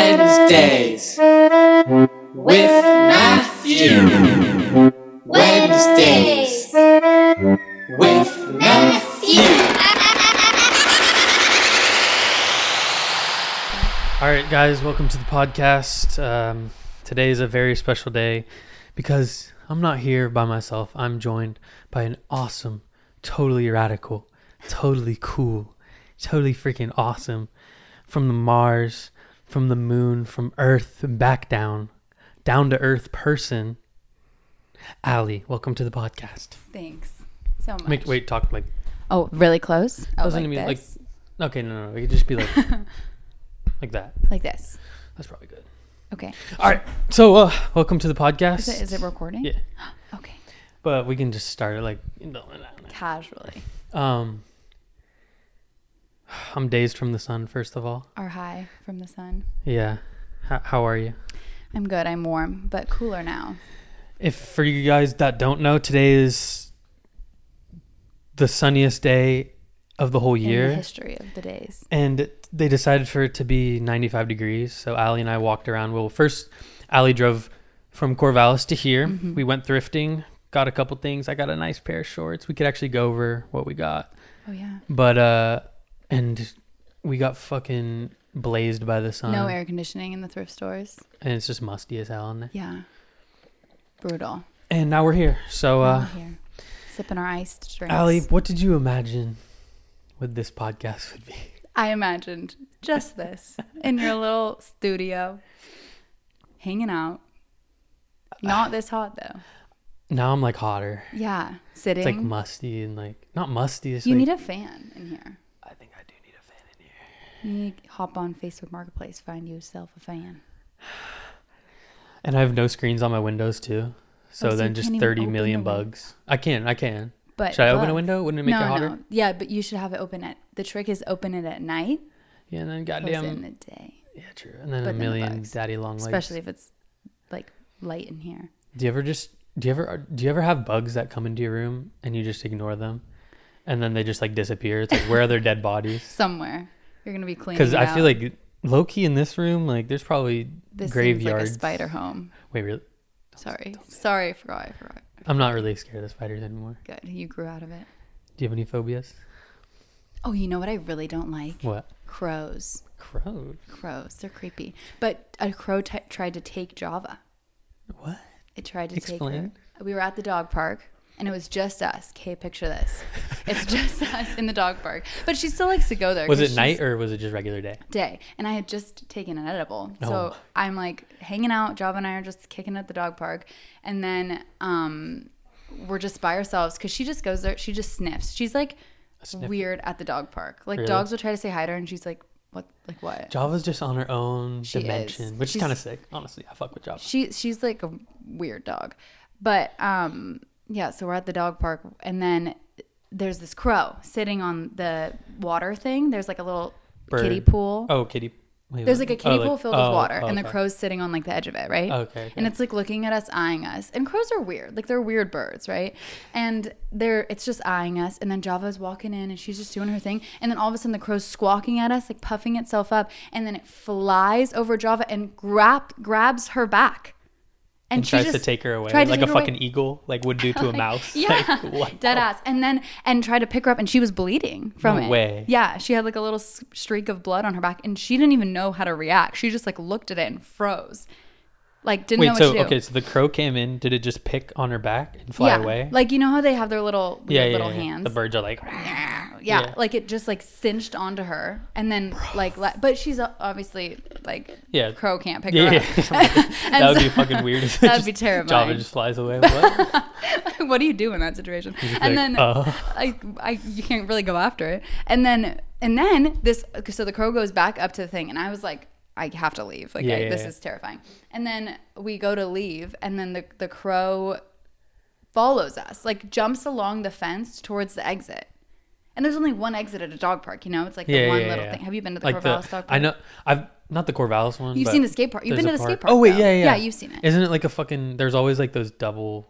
Wednesdays with Matthew. Wednesdays with Matthew. All right, guys, welcome to the podcast. Um, today is a very special day because I'm not here by myself. I'm joined by an awesome, totally radical, totally cool, totally freaking awesome from the Mars, from the moon, from Earth, back down, down to Earth person. Allie, welcome to the podcast. Thanks so much. Make, wait, talk like. Oh, really close? I Oh, was like gonna be like. this. Okay, no, no, no. It could just be like, like that. Like this. That's probably good. Okay. All right. So, uh, welcome to the podcast. Is it, is it recording? Yeah. Okay. But we can just start it like. you know, Casually. Um. I'm dazed from the sun. First of all, Or high from the sun. yeah. H- how are you? I'm good. I'm warm, but cooler now. If for you guys that don't know, today is the sunniest day of the whole In the year. history of the days. And they decided for it to be 95 degrees. So Allie and I walked around. Well, first, Allie drove from Corvallis to here. Mm-hmm. We went thrifting, got a couple things. I got a nice pair of shorts. We could actually go over what we got. Oh, yeah. But, uh, and we got fucking blazed by the sun. no air conditioning in the thrift stores. And it's just musty as hell in there. Yeah. Brutal. And now we're here. So, Now uh, we're here. Sipping our iced drinks. Ali, what did you imagine what this podcast would be? I imagined just this in your little studio, hanging out. Not this hot, though. Now I'm like hotter. Yeah. Sitting. It's like musty and like not musty. It's you like, need a fan in here. I think I do need a fan in here. You need to hop on Facebook Marketplace, find yourself a fan. And I have no screens on my windows too. So Oh, so you then can't just even 30 open million the window. bugs. I can. I can. But Should I open a look- window? Wouldn't it make no, it hotter? No. Yeah, but you should have it open at the trick is open it at night, Yeah, and then close it in goddamn. the day, Yeah, true. And then but a then the million bugs. daddy long legs. especially if it's like light in here. Do you ever just do you ever do you ever have bugs that come into your room and you just ignore them, and then they just like disappear? It's like where are their dead bodies? Somewhere you're gonna be cleaning. Because Because I feel like low key in this room, like there's probably this graveyard. seems like a spider home. Wait, really? Sorry, sorry, I forgot. I forgot. I'm not really scared of spiders anymore. Good, you grew out of it. Do you have any phobias? Oh, you know what I really don't like? What? Crows. Crows. Crows. They're creepy. But a crow t- tried to take Java. What? It tried to Explain. take her. We were at the dog park and it was just us. Okay, picture this. It's just us in the dog park. But she still likes to go there. Was 'cause it she's night or was it just regular day? Day. And I had just taken an edible. So Oh. I'm like hanging out. Java and I are just kicking at the dog park. And then um, we're just by ourselves because she just goes there. She just sniffs. She's like sniffer. weird at the dog park. Like Really? dogs will try to say hi to her and she's like, what? Like what? Java's just on her own She dimension, is. which is She's- kind of sick. Honestly, I fuck with Java. she she's like a weird dog but um yeah so we're at the dog park and then there's this crow sitting on the water thing there's like a little kiddie Bird. pool Oh, kitty. Wait, there's what? like a kiddie Oh, pool filled oh, with water oh, and the okay. crow's sitting on like the edge of it right Okay, and okay. it's like looking at us eyeing us and crows are weird like they're weird birds right and they're it's just eyeing us and then java's walking in and she's just doing her thing and then all of a sudden the crow's squawking at us like puffing itself up and then it flies over java and grab, grabs her back And, she tries to just take her away, tried to like a take her away. fucking eagle, like would do to a mouse. Yeah, Like, what dead the- ass. And then and tried to pick her up, and she was bleeding from No it. way. Yeah, she had like a little s- streak of blood on her back, and she didn't even know how to react. She just like looked at it and froze, like didn't know Wait, what so to do. okay, so the crow came in. Did it just pick on her back and fly yeah, away? like you know how they have their little yeah, weird yeah, little yeah. hands. The birds are like, yeah, Yeah. like it just like cinched onto her, and then like le- but she's o- obviously like Yeah. crow can't pick yeah, her yeah. up. that would be fucking weird. if it That'd be just- Java terrifying. just flies away. What? what do you do in that situation? just And like, then uh. I, I, you can't really go after it. And then, and then this, so the crow goes back up to the thing, and I was like, I have to leave. Like, Yeah, I, yeah, this yeah. is terrifying. And then we go to leave, and then the the crow follows us, like jumps along the fence towards the exit. And there's only one exit at a dog park, you know. It's like the one little thing. Have you been to the Corvallis dog park? I know. I've not the Corvallis one. You've but seen the skate park. You've there's been a to the skate park, Oh wait, though. yeah, yeah. Yeah, you've seen it. Isn't it like a fucking? There's always like those double.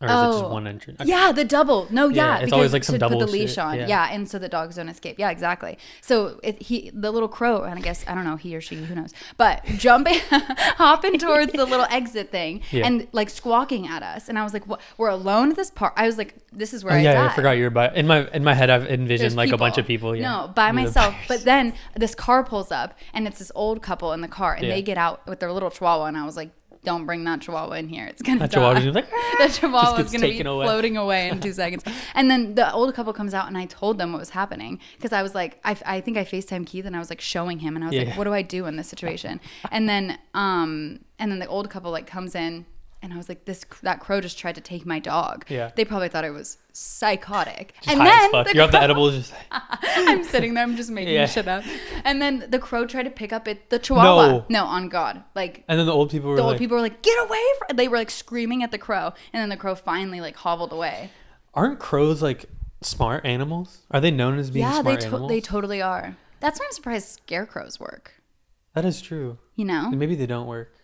or is it just Oh. one entrance? Yeah, the double. No, Yeah, yeah, it's because always, like, some to double put the leash shit, on. yeah. Yeah. and so the dogs don't escape. Yeah, exactly. So it, he, the little crow, and I guess I don't know he or she, who knows, but jumping, hopping towards the little exit thing, Yeah. and like squawking at us, and I was like, what? "We're alone at this park." I was like, "This is where Oh, I yeah, died. I forgot you were by. In my in my head, I've envisioned There's like a bunch of people. Yeah. No, by in the myself. bars. But then this car pulls up and it's this old couple in the car and Yeah. they get out with their little chihuahua and I was like, don't bring that chihuahua in here. It's gonna That die. chihuahua's gonna be the chihuahua gets is gonna be taken away. floating away in two seconds. And then the old couple comes out and I told them what was happening because I was like, I, I think I Facetime Keith and I was like showing him and I was Yeah. like, what do I do in this situation? and then um and then the old couple like comes in. And I was like, this that crow just tried to take my dog. Yeah. They probably thought I was psychotic. Just and high as then fuck. the you're off the crow- edibles. Just like, I'm sitting there. I'm just making Yeah. shit up. And then the crow tried to pick up it. The chihuahua. No. No, on God. Like and then the old people were the old like, people were like, "Get away!" From-. They were like screaming at the crow, and then the crow finally like hobbled away. "Aren't crows like smart animals? Are they known as being yeah, they smart to- animals? they totally are. That's why I'm surprised scarecrows work. that is true. You know, And maybe they don't work.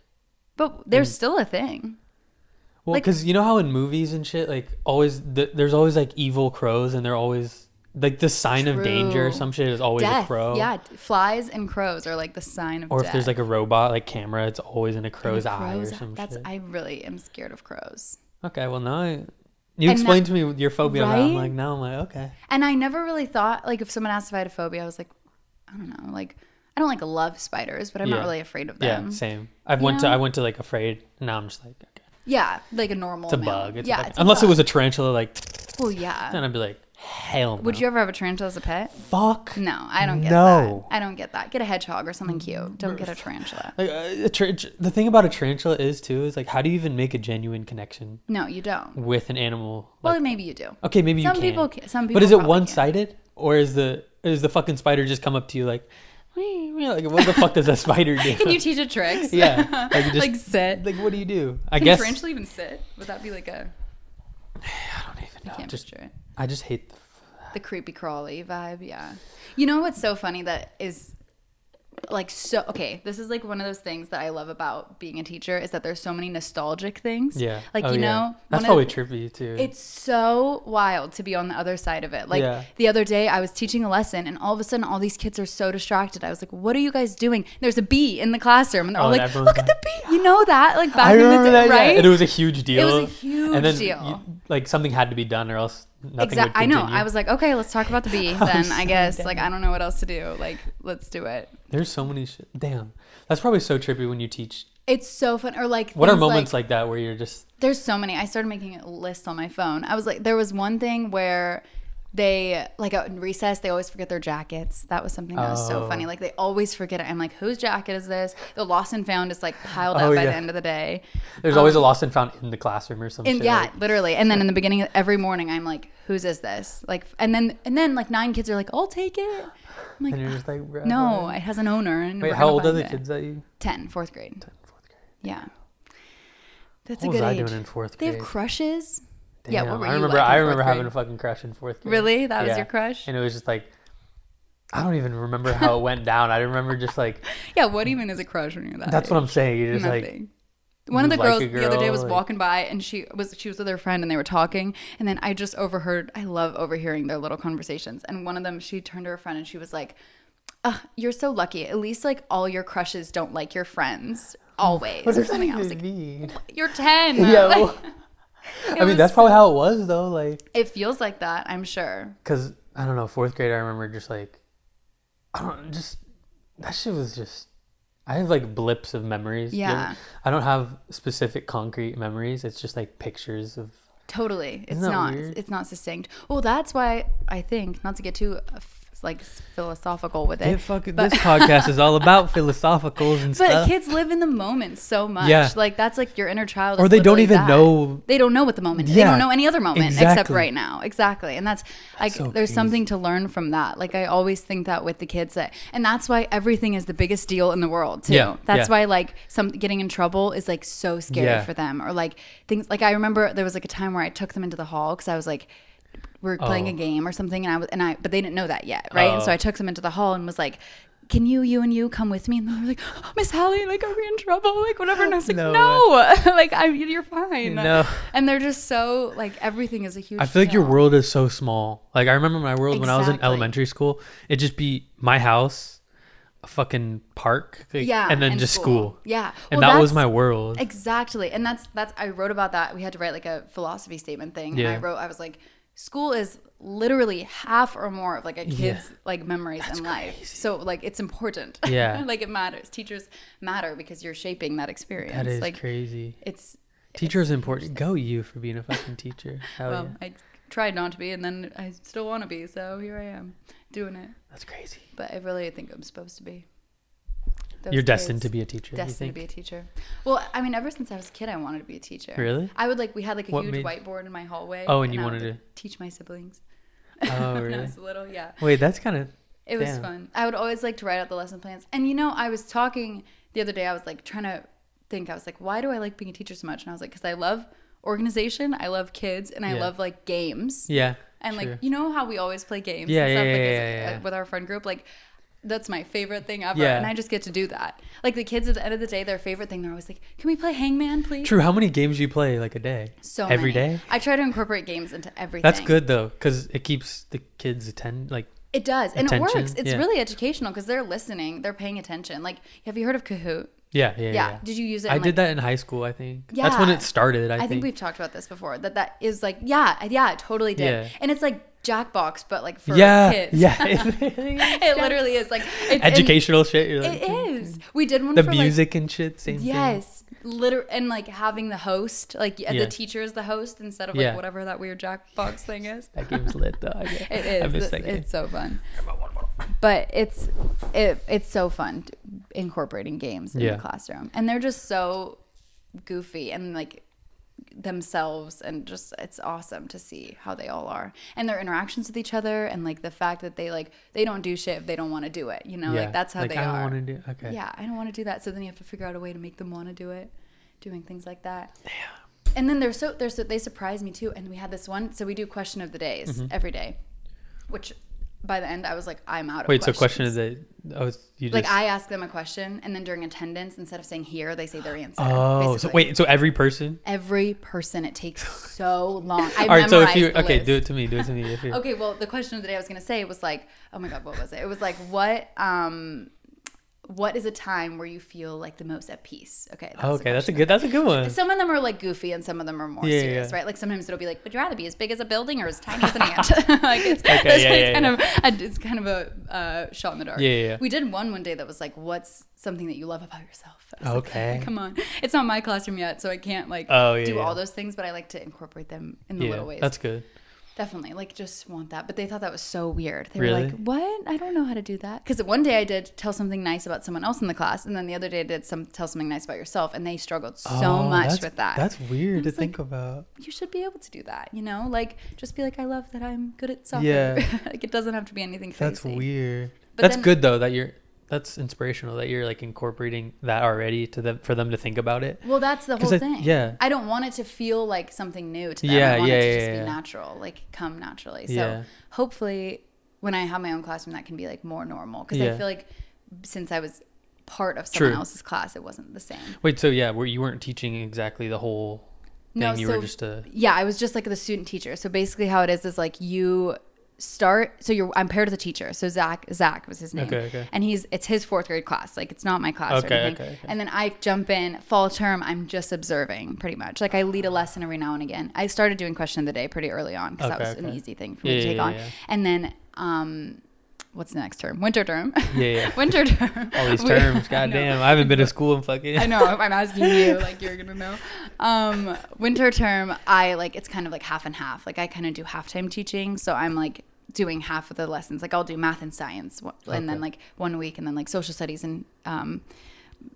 but they're still a thing. Well, Like- because you know how in movies and shit, like always, th- there's always like evil crows, and they're always like the sign of danger or True. some shit is always death. a crow. Yeah, d- flies and crows are like the sign of Or death. if there's like a robot like camera, it's always in a crow's, eye or Crows- some That's shit. I really am scared of crows. okay, well now I, And you explained to me your phobia. Now. Right? I'm like, now I'm like, okay. And I never really thought like if someone asked if I had a phobia, I was like, I don't know, like I don't like love spiders, but I'm Yeah. not really afraid of Yeah, them. Yeah, same. I went to know? I went to like afraid. and Now I'm just like, okay, like a normal. it's a amount. bug. It's a Oh, yeah, bug. unless it was a tarantula, like, Well, yeah. then I'd be like, hell. Would no. you ever have a tarantula as a pet? fuck? No, I don't get No. that. I don't get that. Get a hedgehog or something cute. Don't get a tarantula. Like, uh, a tar- the thing about a tarantula is too is like, how do you even make a genuine connection No, you don't. with an animal? Well, like- maybe you do. okay, maybe you some can. people ca- some but people is it probably one can. sided, or is the is the fucking spider just come up to you like, "Wee, wee," like what the fuck does a spider do? Can you teach it tricks? yeah, like, you just, like sit. like what do you do? I Can guess tarantula even sit? Would that be like a? I don't even know. Can't Just picture it. I just hate. The, the creepy crawly vibe yeah you know what's so funny that is like so okay this is like one of those things that i love about being a teacher is that there's so many nostalgic things yeah, like Oh, you yeah. know that's one probably of the- trippy too. it's so wild to be on the other side of it. Like Yeah. the other day, I was teaching a lesson, and all of a sudden, all these kids are so distracted. I was like, "What are you guys doing?" There's a bee in the classroom, and they're Oh, all and like, everyone's "Look at the bee!" You know that? Like back I in remember the day, that, yeah, right? and it was a huge deal. a huge and then deal. you- like something had to be done, or else nothing would Exactly. I continue. Oh, know. I was like, okay, let's talk about the bee. Then I guess, like, I don't know what else to do. Like, let's do it. There's so many shit. Damn, that's probably so trippy when you teach. It's so fun. Or like, What are things moments like, that where you're just There's so many. I started making a list on my phone. I was like, there was one thing where they like out in recess they always forget their jackets that was something that was Oh. so funny like they always forget it i'm like whose jacket is this the lost and found is like piled up Oh, by yeah. the end of the day there's always a lost and found in the classroom or something. and Oh. yeah literally and then in the beginning of every morning i'm like whose is this like and then and then like nine kids are like i'll take it i'm like and you're just like "Bruh, no it has an owner and Uh-huh. Wait, we're how gonna old are find the it." kids that you? 10, fourth grade. Fourth grade. Yeah. That's a What was good I age. doing in fourth they grade? have crushes. yeah, what Damn, were I you remember. like in I fourth remember having a grade? fucking crush in fourth grade. Really? That was Yeah. your crush? And it was just like, I don't even remember how it went down. I remember just like Yeah, what even is a crush when you're that? that's what I'm saying. You're age? just like Nothing. One of you the like girls a the other day girl, was like- walking by and she was she was with her friend and they were talking and then I just overheard I love overhearing their little conversations and one of them she turned to her friend and she was like Ugh, you're so lucky. At least like all your crushes don't like your friends always What or does that something. I was even like, mean? You're ten. Yo. Like, I mean, was that's probably how it was though. Like, it feels like that, I'm sure. cause I don't know, fourth grade. I remember just like, I don't just that shit was just. I have like blips of memories. You ever- Yeah. I don't have specific concrete memories. It's just like pictures of. Totally, it's that not. weird? It's not succinct. Well, that's why I think not to get too uh, f- like philosophical with it. but, this podcast is all about philosophicals and but stuff. kids live in the moment so much. Yeah. like that's like your inner child. Or is they don't literally even that. know- They don't know what the moment. is. They Yeah, don't know any other moment except exactly. right now. Exactly, and that's like so there's something to learn from that. Like I always think that with the kids that, and that's why everything is the biggest deal in the world too. Yeah, That's yeah. why like some getting in trouble is like so scary Yeah. for them or like things like I remember there was like a time where I took them into the hall because I was like we are playing Oh. a game or something and I was and I but they didn't know that yet right and so Oh. I took them into the hall and was like can you, you, and you come with me? And they were like, oh, Miss Hallie, like, are we in trouble? Like, whatever. And I was like, No. no, like, I, you're fine. No. And they're just so like everything is a huge. I feel like your fail. world is so small. Like I remember my world when I was in Exactly. elementary school. It'd just be my house, a fucking park, like, Yeah, and then just school. Yeah, And Well, that was that's- my world. Exactly. And that's that's I wrote about that. We had to write like a philosophy statement thing. Yeah. And I wrote I was like school is literally half or more of like a kid's Yeah. like memories and life. So like it's important. Yeah. like it matters. Teachers matter because you're shaping that experience. that is like crazy. it's Teacher is important. Go you for being a fucking teacher. Hell well, oh, yeah. I tried not to be and then I still want to be, so here I am doing it. That's crazy. But I really think I'm supposed to be. Those You're destined kids. to be a teacher. you destined to think? be a teacher. Well, I mean, ever since I was a kid, I wanted to be a teacher. Really? I would like we had like a What huge made- whiteboard in my hallway. Oh, and you I would, wanted like, teach my siblings. Oh, when I really? was little, yeah. Wait, that's kind of. It was Damn. fun. I would always like to write out the lesson plans. And you know, I was talking the other day. I was like trying to think. I was like, why do I like being a teacher so much? And I was like, because I love organization. I love kids, and I Yeah. love like games. Yeah. And true. like you know how we always play games Yeah, and stuff yeah, like, yeah, as- yeah, uh, yeah. with our friend group like that's my favorite thing ever Yeah. and I just get to do that. Like the kids at the end of the day their favorite thing they're always like, "Can we play hangman, please?" True. How many games do you play like a day? So every day. many. I try to incorporate games into everything. That's good though, because it keeps the kids attend. Like, It does. And it Attention, works. It's yeah. really educational cuz they're listening, they're paying attention. Like, have you heard of Kahoot? yeah, yeah, yeah. Yeah. Did you use it? I in, did like- that in high school. I think that's when Yeah. it started. I, I think think we've talked about this before. That that is like, yeah, I- yeah, it totally did. Yeah. And it's like Jackbox but like for yeah, kids. yeah. it really is. it literally is like it's and- Educational shit. You're like, It is. We did one The for like, music and shit. Same thing. Yes, liter and like having the host, like yeah, Yeah. the teacher is the host instead of like Yeah. whatever that weird Jackbox thing is. That game's lit though. I guess. It I is. miss It- that game. It's so fun. But it's it, it's so fun t- incorporating games in Yeah. the classroom, and they're just so goofy and like themselves and just it's awesome to see how they all are and their interactions with each other and like the fact that they like they don't do shit if they don't want to do it you know like that's how they I are don't want to do. Okay. yeah, I don't want to do that. So then you have to figure out a way to make them want to do it, doing things like that. Yeah. And then they're so they're so they surprise me too. And we had this one, so we do question of the days Mm-hmm. every day, which by the end I was like, I'm out. Wait. of So question questions. is that oh it's- you just Like I ask them a question, and then during attendance, instead of saying here, they say their answer. oh so basically. wait so every person. Every person, it takes so long. I All right. So if you memorized the okay, list. do it to me. Do it to me. If you Okay, well, the question of the day I was gonna say was like, oh my god, what was it? It was like, what, um, what is a time where you feel like the most at peace? Okay, that was the Oh, okay, that's a question. good. That's a good one. Some of them are like goofy, and some of them are more Yeah, yeah, serious, yeah. right? Like sometimes it'll be like, would you rather be as big as a building or as tiny as an ant? like it's, Okay, that's- yeah, it's yeah, kind yeah. of a, it's kind of a uh, shot in the dark. Yeah, yeah, yeah. We did one one day that was like, what's something that you love about yourself? I was like, Okay. come on, it's not my classroom yet, so I can't like Oh, yeah, do yeah. all those things, but I like to incorporate them in the little Yeah. ways. That's good. Definitely, like just want that. But they thought that was so weird. They Really? were like, "What? I don't know how to do that." Because one day I did tell something nice about someone else in the class, and then the other day I did some tell something nice about yourself, and they struggled so Oh, much that's- with that. That's weird to was like, think about. you should be able to do that, you know? Like just be like, "I love that I'm good at soccer." Yeah. like it doesn't have to be anything crazy. That's weird. But that's then- good though that you're that's inspirational that you're like incorporating that already to them for them to think about it. Well, that's the 'Cause whole I- thing. yeah. I don't want it to feel like something new to them. Yeah, I want yeah, it to yeah, just yeah. be natural, like come naturally. So Yeah. hopefully, when I have my own classroom, that can be like more normal. Because Yeah. I feel like since I was part of someone True. else's class, it wasn't the same. Wait, so yeah, where you weren't teaching exactly the whole thing. No, you so- were just uh, a Yeah, I was just like the student teacher. So basically, how it is is like you start. So you're I'm paired with a teacher. So Zach Zach was his name. Okay, okay. And he's it's his fourth grade class. Like it's not my class Okay, or anything. okay, okay. And then I jump in fall term. I'm just observing pretty much. Like I lead a lesson every now and again. I started doing question of the day pretty early on because Okay, that was an okay. easy thing for me Yeah, to take yeah, on. yeah. And then um, what's the next term? Winter term. Yeah, yeah. Winter term. all these We- terms. I know. Goddamn, I haven't been to school in fucking. I know. If I'm asking you, like you're gonna know. Um, winter term, I like it's kind of like half and half. Like I kind of do halftime teaching, so I'm like doing half of the lessons. Like I'll do math and science, wh- and Okay. then like one week, and then like social studies and um,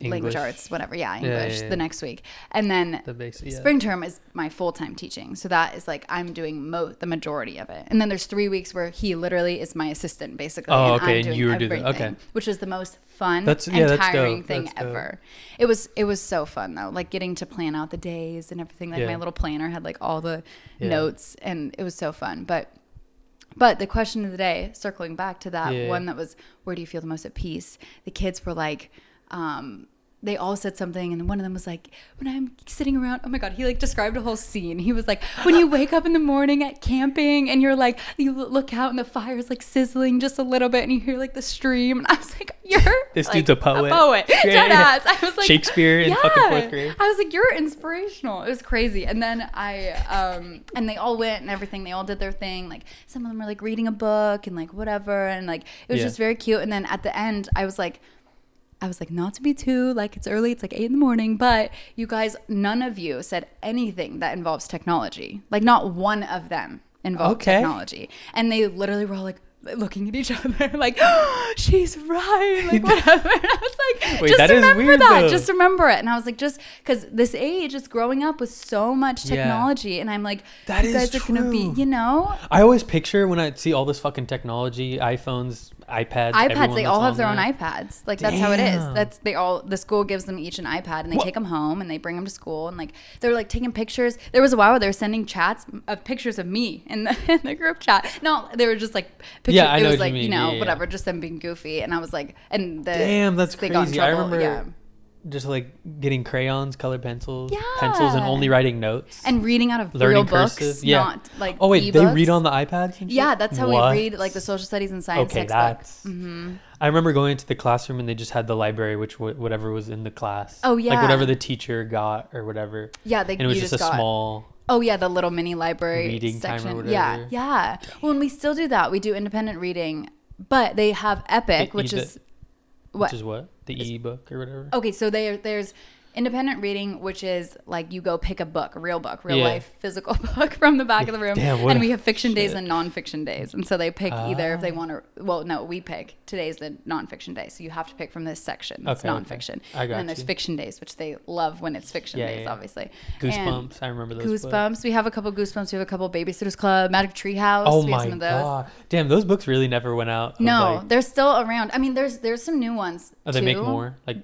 English. language arts, whatever. Yeah, English yeah, yeah. the next week, and then The basic. Yeah. Spring term is my full time teaching, so that is like I'm doing mo- the majority of it. And then there's three weeks where he literally is my assistant, basically. Oh, and okay, I'm and doing you were doing everything, that. Okay. which was the most fun That's- and yeah, that's tiring dope. thing That's dope. ever. It was it was so fun though, like getting to plan out the days and everything. Like Yeah. my little planner had like all the Yeah. notes, and it was so fun. But But the question of the day, circling back to that Yeah. one that was, where do you feel the most at peace? The kids were like, um, they all said something, and one of them was like, when I'm sitting around, oh my God, he like described a whole scene. He was like, when you wake up in the morning at camping and you're like, you l- look out and the fire's like sizzling just a little bit and you hear like the stream. And I was like, you're This like, dude's a poet. poet. Yeah, Dead yeah. ass. I was like, Shakespeare in fucking fourth grade. I was like, you're inspirational. It was crazy. And then I, um, and they all went and everything. They all did their thing. Like some of them were like reading a book and like whatever. And like it was Yeah. just very cute. And then at the end, I was like, I was like, not to be too, like it's early, it's like eight in the morning, but you guys, none of you said anything that involves technology. Like not one of them involved Okay. technology. And they literally were all like, looking at each other like she's right like whatever and i was like Wait, just that is remember weird, that though. just remember it and i was like just because this age is growing up with so much Yeah. technology and i'm like That you is guys are gonna be true. you know I always picture when I see all this fucking technology, iPhones, iPads. iPads, everyone They that's all have on their own that. iPads. Like that's how it is. Damn. That's they all. The school gives them each an iPad, and they What? take them home and they bring them to school. And like they're like taking pictures. There was a while where they were sending chats of pictures of me in the in the group chat. No, they were just like pictures. Yeah, I it know was what you like mean. know Yeah, yeah, whatever, just them being goofy. And I was like, and the Damn, that's they got in crazy. I trouble, remember yeah. just like getting crayons, colored pencils, pencils, and Yeah. only writing notes. and reading out of learning real books, cursive. Yeah. not like oh wait, they ebooks. read on the iPads. And shit? Yeah, that's how What? we read like the social studies and science Okay, textbook. that's. Mm-hmm. I remember going into the classroom and they just had the library, which w- whatever was in the class. Oh, like yeah. whatever the teacher got or whatever. Yeah, they, and it was you just, just, a got, small. Oh yeah, the little mini library Reading time or section. whatever. Yeah, yeah. Well, and we still do that. We do independent reading, but they have Epic, The which e- is what? Oh, Which is what the e-book or whatever. okay, so there there's independent reading, which is like you go pick a book, a real book, real Yeah. life, physical book from the back of the room, Damn, what and a- we have fiction days shit. Ah. and nonfiction days, and so they pick either if they want to. Well, no, we pick today's the nonfiction day, so you have to pick from this section. That's Okay, okay. nonfiction, I got and then there's you. fiction days, which they love when it's fiction Yeah, days, yeah. obviously. And- Goosebumps. I remember those. books. Goosebumps. We have a couple Goosebumps. We have a couple Babysitters Club, Magic Tree House. Oh we have my god! Damn, those books really never went out. of, No, like- they're still around. I mean, there's there's some new ones. oh, they make too. more. Like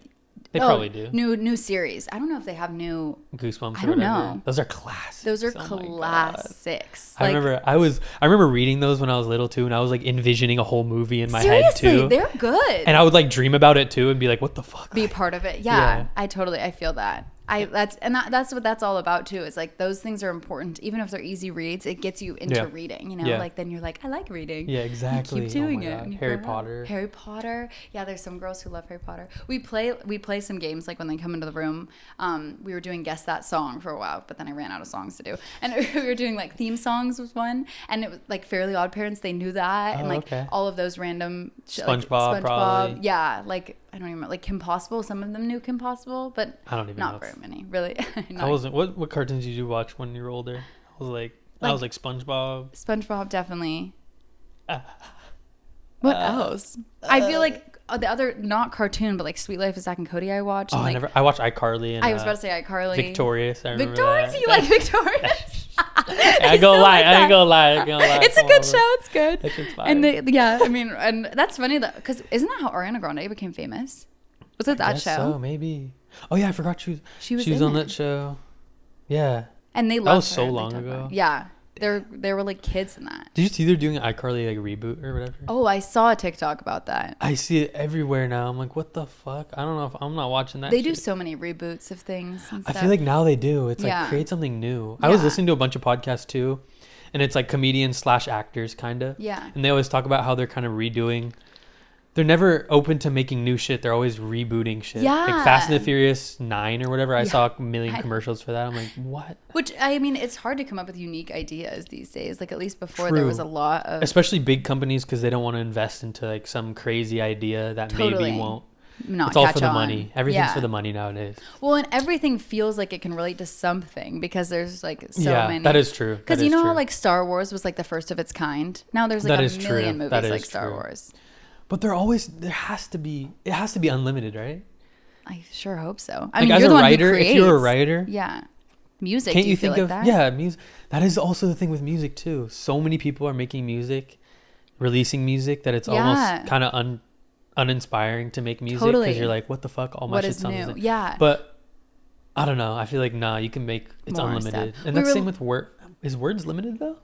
they Oh, probably do. New new series. I don't know if they have new. Goosebumps. I or don't whatever. know. Those are classics. Those are Oh my God. classics. I remember I was I remember reading those when I was little too, and I was like envisioning a whole movie in my head seriously, too, they're good. and I would like dream about it too, and be like, "What the fuck?" be Like, part of it. Yeah, Yeah. I totally. I feel that. I that's and that, that's what that's all about too. Is like those things are important, even if they're easy reads. It gets you into Yeah. reading. You know, Yeah. like then you're like, I like reading. yeah, exactly. You keep Oh my doing it. God. and you Harry grow up. Potter. Harry Potter. Yeah, there's some girls who love Harry Potter. We play we play some games like when they come into the room. Um, we were doing guess that song for a while, but then I ran out of songs to do, and we were doing like theme songs was one, and it was like Fairly Odd Parents. They knew that, Oh, and like okay. all of those random sh- like, SpongeBob, probably. Yeah, like I don't even remember, like Kim Possible. Some of them knew Kim Possible, but I don't even not know. very many really. I Not- wasn't. What what cartoons did you watch when you were older? I was like, I Like- was like SpongeBob. SpongeBob definitely. Ah. What Uh, else? I feel like uh, the other not cartoon, but like Sweet Life of Zach and Cody. I watched. Oh, and, I like, never. I watched iCarly and I was uh, about to say iCarly. Victorious. I remember Victorious. that. You like Victorious? I ain't gonna lie. I ain't gonna lie. I ain't gonna lie. It's a Come good over. show. It's good. That shit's And they, yeah, I mean, and that's funny though, because isn't that how Ariana Grande became famous? Was it that Guess show? So maybe. Oh yeah, I forgot she was. She was she was in on it. that show. Yeah. And they loved That was her, so they long talked about ago. it. Yeah, there there were like kids in that. Did you see they're doing an iCarly like reboot or whatever? Oh, I saw a TikTok about that. I see it everywhere now. I'm like, what the fuck? I don't know if I'm not watching that. They do shit. so many reboots of things. And I stuff. feel like now they do. It's like Yeah. create something new. I was Yeah. listening to a bunch of podcasts too, and it's like comedians slash actors kind of. Yeah. And they always talk about how they're kind of redoing. They're never open to making new shit. They're always rebooting shit. Like Fast and Yeah. the Furious Nine or whatever. I Yeah. saw a million I- commercials for that. I'm like, what? Which I mean, it's hard to come up with unique ideas these days. Like at least before there was a True. lot of Especially big companies because they don't want to invest into like some crazy idea that Totally. maybe won't. not it's all catch for the on. money. Everything's Yeah. for the money nowadays. Well, and everything feels like it can relate to something because there's like so yeah, many. that is true. Because That you is know how true. like Star Wars was like the first of its kind. Now there's like That a is true. million movies That like is Star true. Wars. But there always there has to be it has to be unlimited, right? I sure hope so. I Like mean, as you're a the writer, one who if you're a creates. writer, yeah, music. can't do you, you feel think like that? of yeah, music. That is also the thing with music too. So many people are making music, releasing music that it's Yeah. almost kind of un, uninspiring to make music because Totally. you're like, what the fuck? All my What shit is sounds new? the same. Yeah. But I don't know. I feel like nah, you can make it's More stuff. unlimited, We and that's the were- same with word. Is words limited though?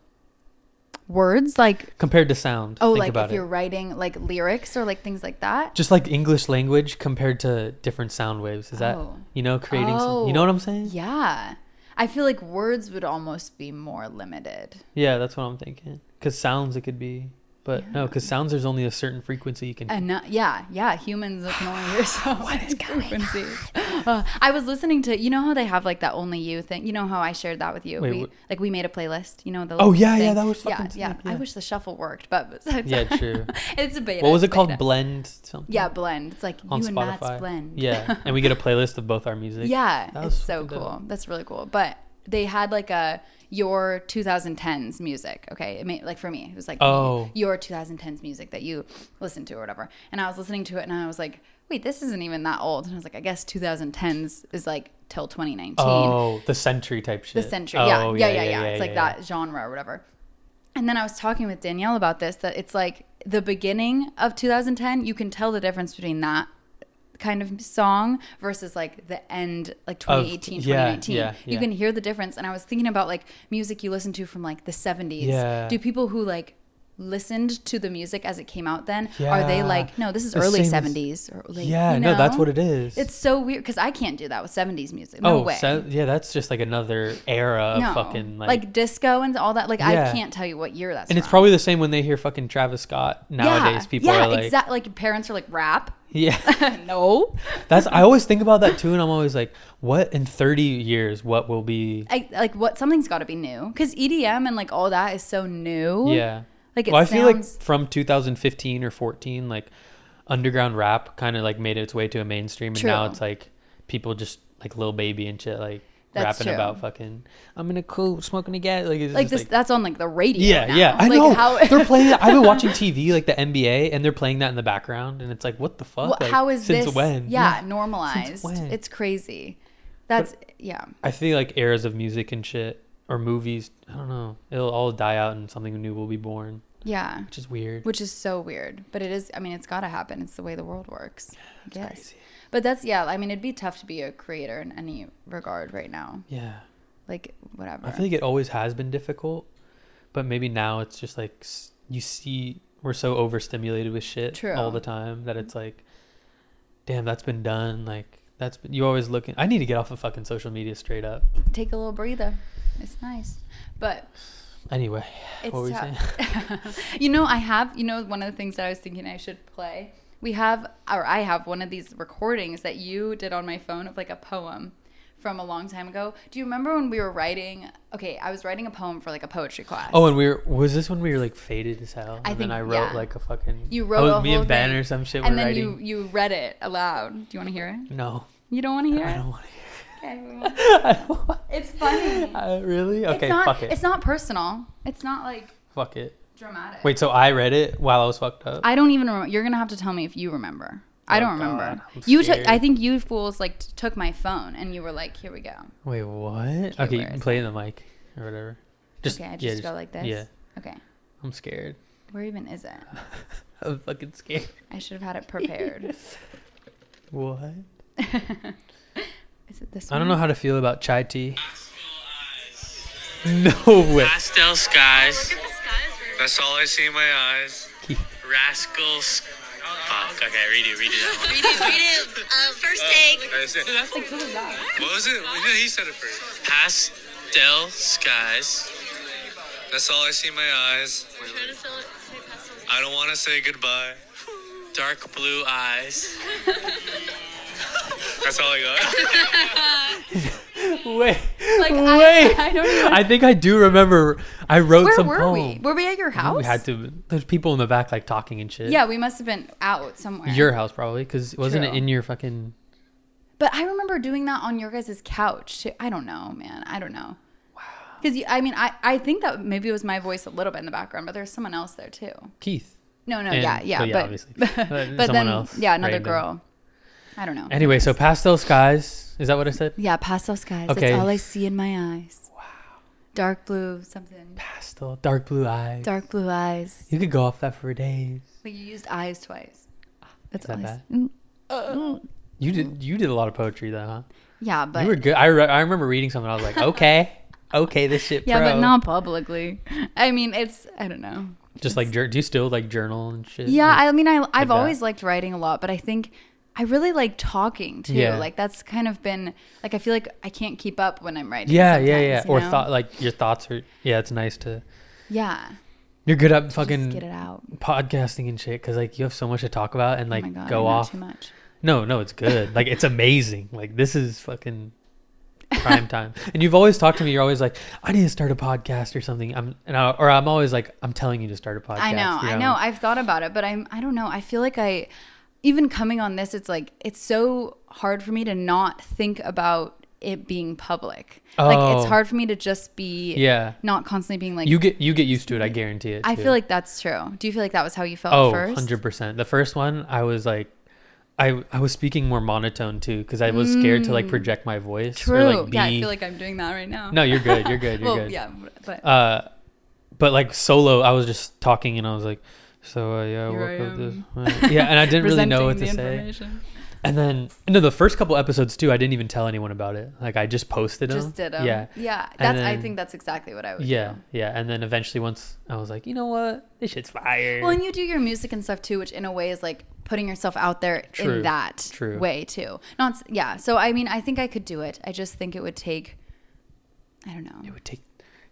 words like compared to sound. oh think like about if you're it. writing like lyrics or like things like that Just like English language compared to different sound waves. Is that Oh. you know creating? Some, you Oh. know what I'm saying? yeah i feel like words would almost be more limited Yeah, that's what I'm thinking. Because sounds it could be, but no, because sounds there's only a certain frequency you can. And not, yeah, yeah, humans can only hear so what is frequencies. Uh, I was listening to you know how they have like that only you thing. You know how I shared that with you. Wait, we, what- like we made a playlist. You know the Oh, little yeah, yeah, thing? that was yeah, fucking yeah. sick, I yeah. wish the shuffle worked, but it's, Yeah, true. it's a beta. what was it it's called? beta. Blend something. yeah, blend. It's like On you and Spotify. Matt's blend. Yeah, and we get a playlist of both our music. yeah, That it's was so fucking cool. dope. That's really cool. But they had like a your 2010s music. Okay, it made, like for me, it was like Oh. your 2010s music that you listened to or whatever. And I was listening to it, and I was like, wait, this isn't even that old. And I was like, I guess 2010s is like till 2019 Oh, the century type shit. Oh, the century. yeah, yeah, yeah, yeah, It's like that genre or whatever. And then I was talking with Danielle about this that it's like the beginning of 2010, you can tell the difference between that kind of song versus like the end like 2018 yeah, 2019 yeah, yeah. you can hear the difference and i was thinking about like music you listen to from like the 70s Yeah. do people who like listened to the music as it came out then are they Yeah. like no this is The early same as- 70s or late Yeah, you no, that's know? what it is. it's so weird because i can't do that with 70s music no oh, way so- yeah, that's just like another era of fucking like, disco and all that. Like Yeah. I can't tell you what year that's. and it's from. probably the same when they hear fucking Travis Scott nowadays. Yeah, people yeah, are like, exact- like parents are like rap. yeah, no, that's. I always think about that too, and I'm always like, what in 30 years, what will be? I, like what something's got to be new because EDM and like all that is so new. Yeah. like it well, I feel like sounds. from 2015 or 14, like underground rap kind of like made its way to a mainstream, and now True. it's like people just like little baby and shit, like That's rapping true. about fucking I'm in a cool smoking a gas. Like it's like just this, like, that's on like the radio. yeah, now. yeah, I like know. How, they're playing. I've been watching TV like the NBA, and they're playing that in the background, and it's like, what the fuck? Well, Like, how is since this? when? Yeah, normalized. when? It's crazy. That's yeah. I feel like eras of music and shit or movies. I don't know. It'll all die out, and something new will be born, Yeah. which is weird. which is so weird but it is i mean it's got to happen it's the way the world works yes but that's yeah i mean it'd be tough to be a creator in any regard right now yeah. like whatever I feel like it always has been difficult, but maybe now it's just like s- you see we're so overstimulated with shit True. all the time that it's like, damn, that's been done. Like that's been, you always looking. I need to get off of fucking social media straight up. take a little breather it's nice but Anyway, it's what were you saying? tough you know i have you know one of the things that i was thinking i should play we have or i have one of these recordings that you did on my phone of like a poem from a long time ago do you remember when we were writing okay i was writing a poem for like a poetry class Oh, and we were was this when we were like faded as I hell? and think- then I wrote yeah. like a fucking You wrote oh, a me whole and Ben thing, or some shit. and were then writing. you you read it aloud. Do you want to hear it? no, You don't want to hear I it. don't want Okay, we won't. to. it's funny. uh, really? Okay, it's not, fuck it. It's not personal. It's not like fuck it. dramatic. Wait, so I read it while I was fucked up. I don't even. Rem- you're gonna have to tell me if you remember. I Oh, don't remember. God, I'm you took. scared. I think you fools like t- took my phone and you were like, "Here we go." Wait, what? Okay, you where can is play in the mic or whatever. Just, okay, I yeah, just go like this. Yeah, Okay. I'm scared. Where even is it? I'm fucking scared. I should have had it prepared. What? is it this I one? don't know how to feel about chai tea. No way. Pastel skies. That's all I see in my eyes. Rascals. Fuck. Okay, redo, redo that one. Redo, redo. Uh, first take. What is it? What was it? Yeah, he said it first. Pastel skies. That's all I see in my eyes. I don't want to say goodbye. Dark blue eyes. That's all I got. Wait. Like, I- Wait. I I, don't even- think I do remember. I wrote Where some were poem. we? Were we at your house? We had to. There's people in the back like talking and shit. Yeah, we must have been out somewhere. Your house probably, because wasn't it True. in your fucking? But I remember doing that on your guys' couch. Too. I don't know, man. I don't know. Wow. Because I mean, I, I think that maybe it was my voice a little bit in the background, but there's someone else there too. Keith. No, no, And- yeah, yeah, but yeah, but obviously. but, But someone then else, yeah, another random. girl. I don't know. Anyway, so pastel skies. Is that what I said? yeah, pastel skies. Okay. That's all I see in my eyes. Wow. Dark blue something. Pastel, dark blue eyes. Dark blue eyes. You could go off that for days. But you used eyes twice. That's Is all that I bad? Uh. see. Mm, You did. You did a lot of poetry though, huh? Yeah, but you were good. I, re- I remember reading something. I was like, okay, okay this shit Yeah, pro. but not publicly. I mean, it's I don't know. just like jur- do you still like journal and shit Yeah, Like, I mean, I I've that. always liked writing a lot, but I think I really like talking too. Yeah. Like that's kind of been like I feel like I can't keep up when I'm writing. yeah yeah yeah sometimes, you or know? thought like your thoughts are yeah it's nice to Yeah, you're good at just get it fucking out. podcasting and shit because like you have so much to talk about and Oh like my God, I go know off too much. No, no, it's good. Like it's amazing. Like this is fucking prime time. And you've always talked to me. You're always like, I need to start a podcast or something. I'm and I, or I'm always like, I'm telling you to start a podcast. I know, you I know. I've thought about it, but I'm I don't know. I feel like I even coming on this, it's like it's so hard for me to not think about it being public. Like Oh. it's hard for me to just be Yeah. not constantly being like You get you get used to it. I guarantee it. I too. feel like that's true. Do you feel like that was how you felt oh, first? 100 percent. The first one, I was like. I, I was speaking more monotone too because I was scared to like project my voice. Mm. True. Or like be, yeah, I feel like I'm doing that right now. No, you're good. You're good. You're well, good. yeah, but uh, but like solo, I was just talking and I was like, so uh, yeah, Here I woke up this. am. morning." Yeah, and I didn't really know what presenting the to say. information. And then no, the first couple episodes too, I didn't even tell anyone about it. Like I just posted them. Just did 'em. Yeah, yeah. And That's. I then- think that's exactly what I would. yeah, do. yeah. And then eventually, once I was like, you know what, this shit's fire. Well, and you do your music and stuff too, which in a way is like putting yourself out there True. in that True. way too. Not. s- Yeah. So I mean, I think I could do it. I just think it would take. I don't know. it would take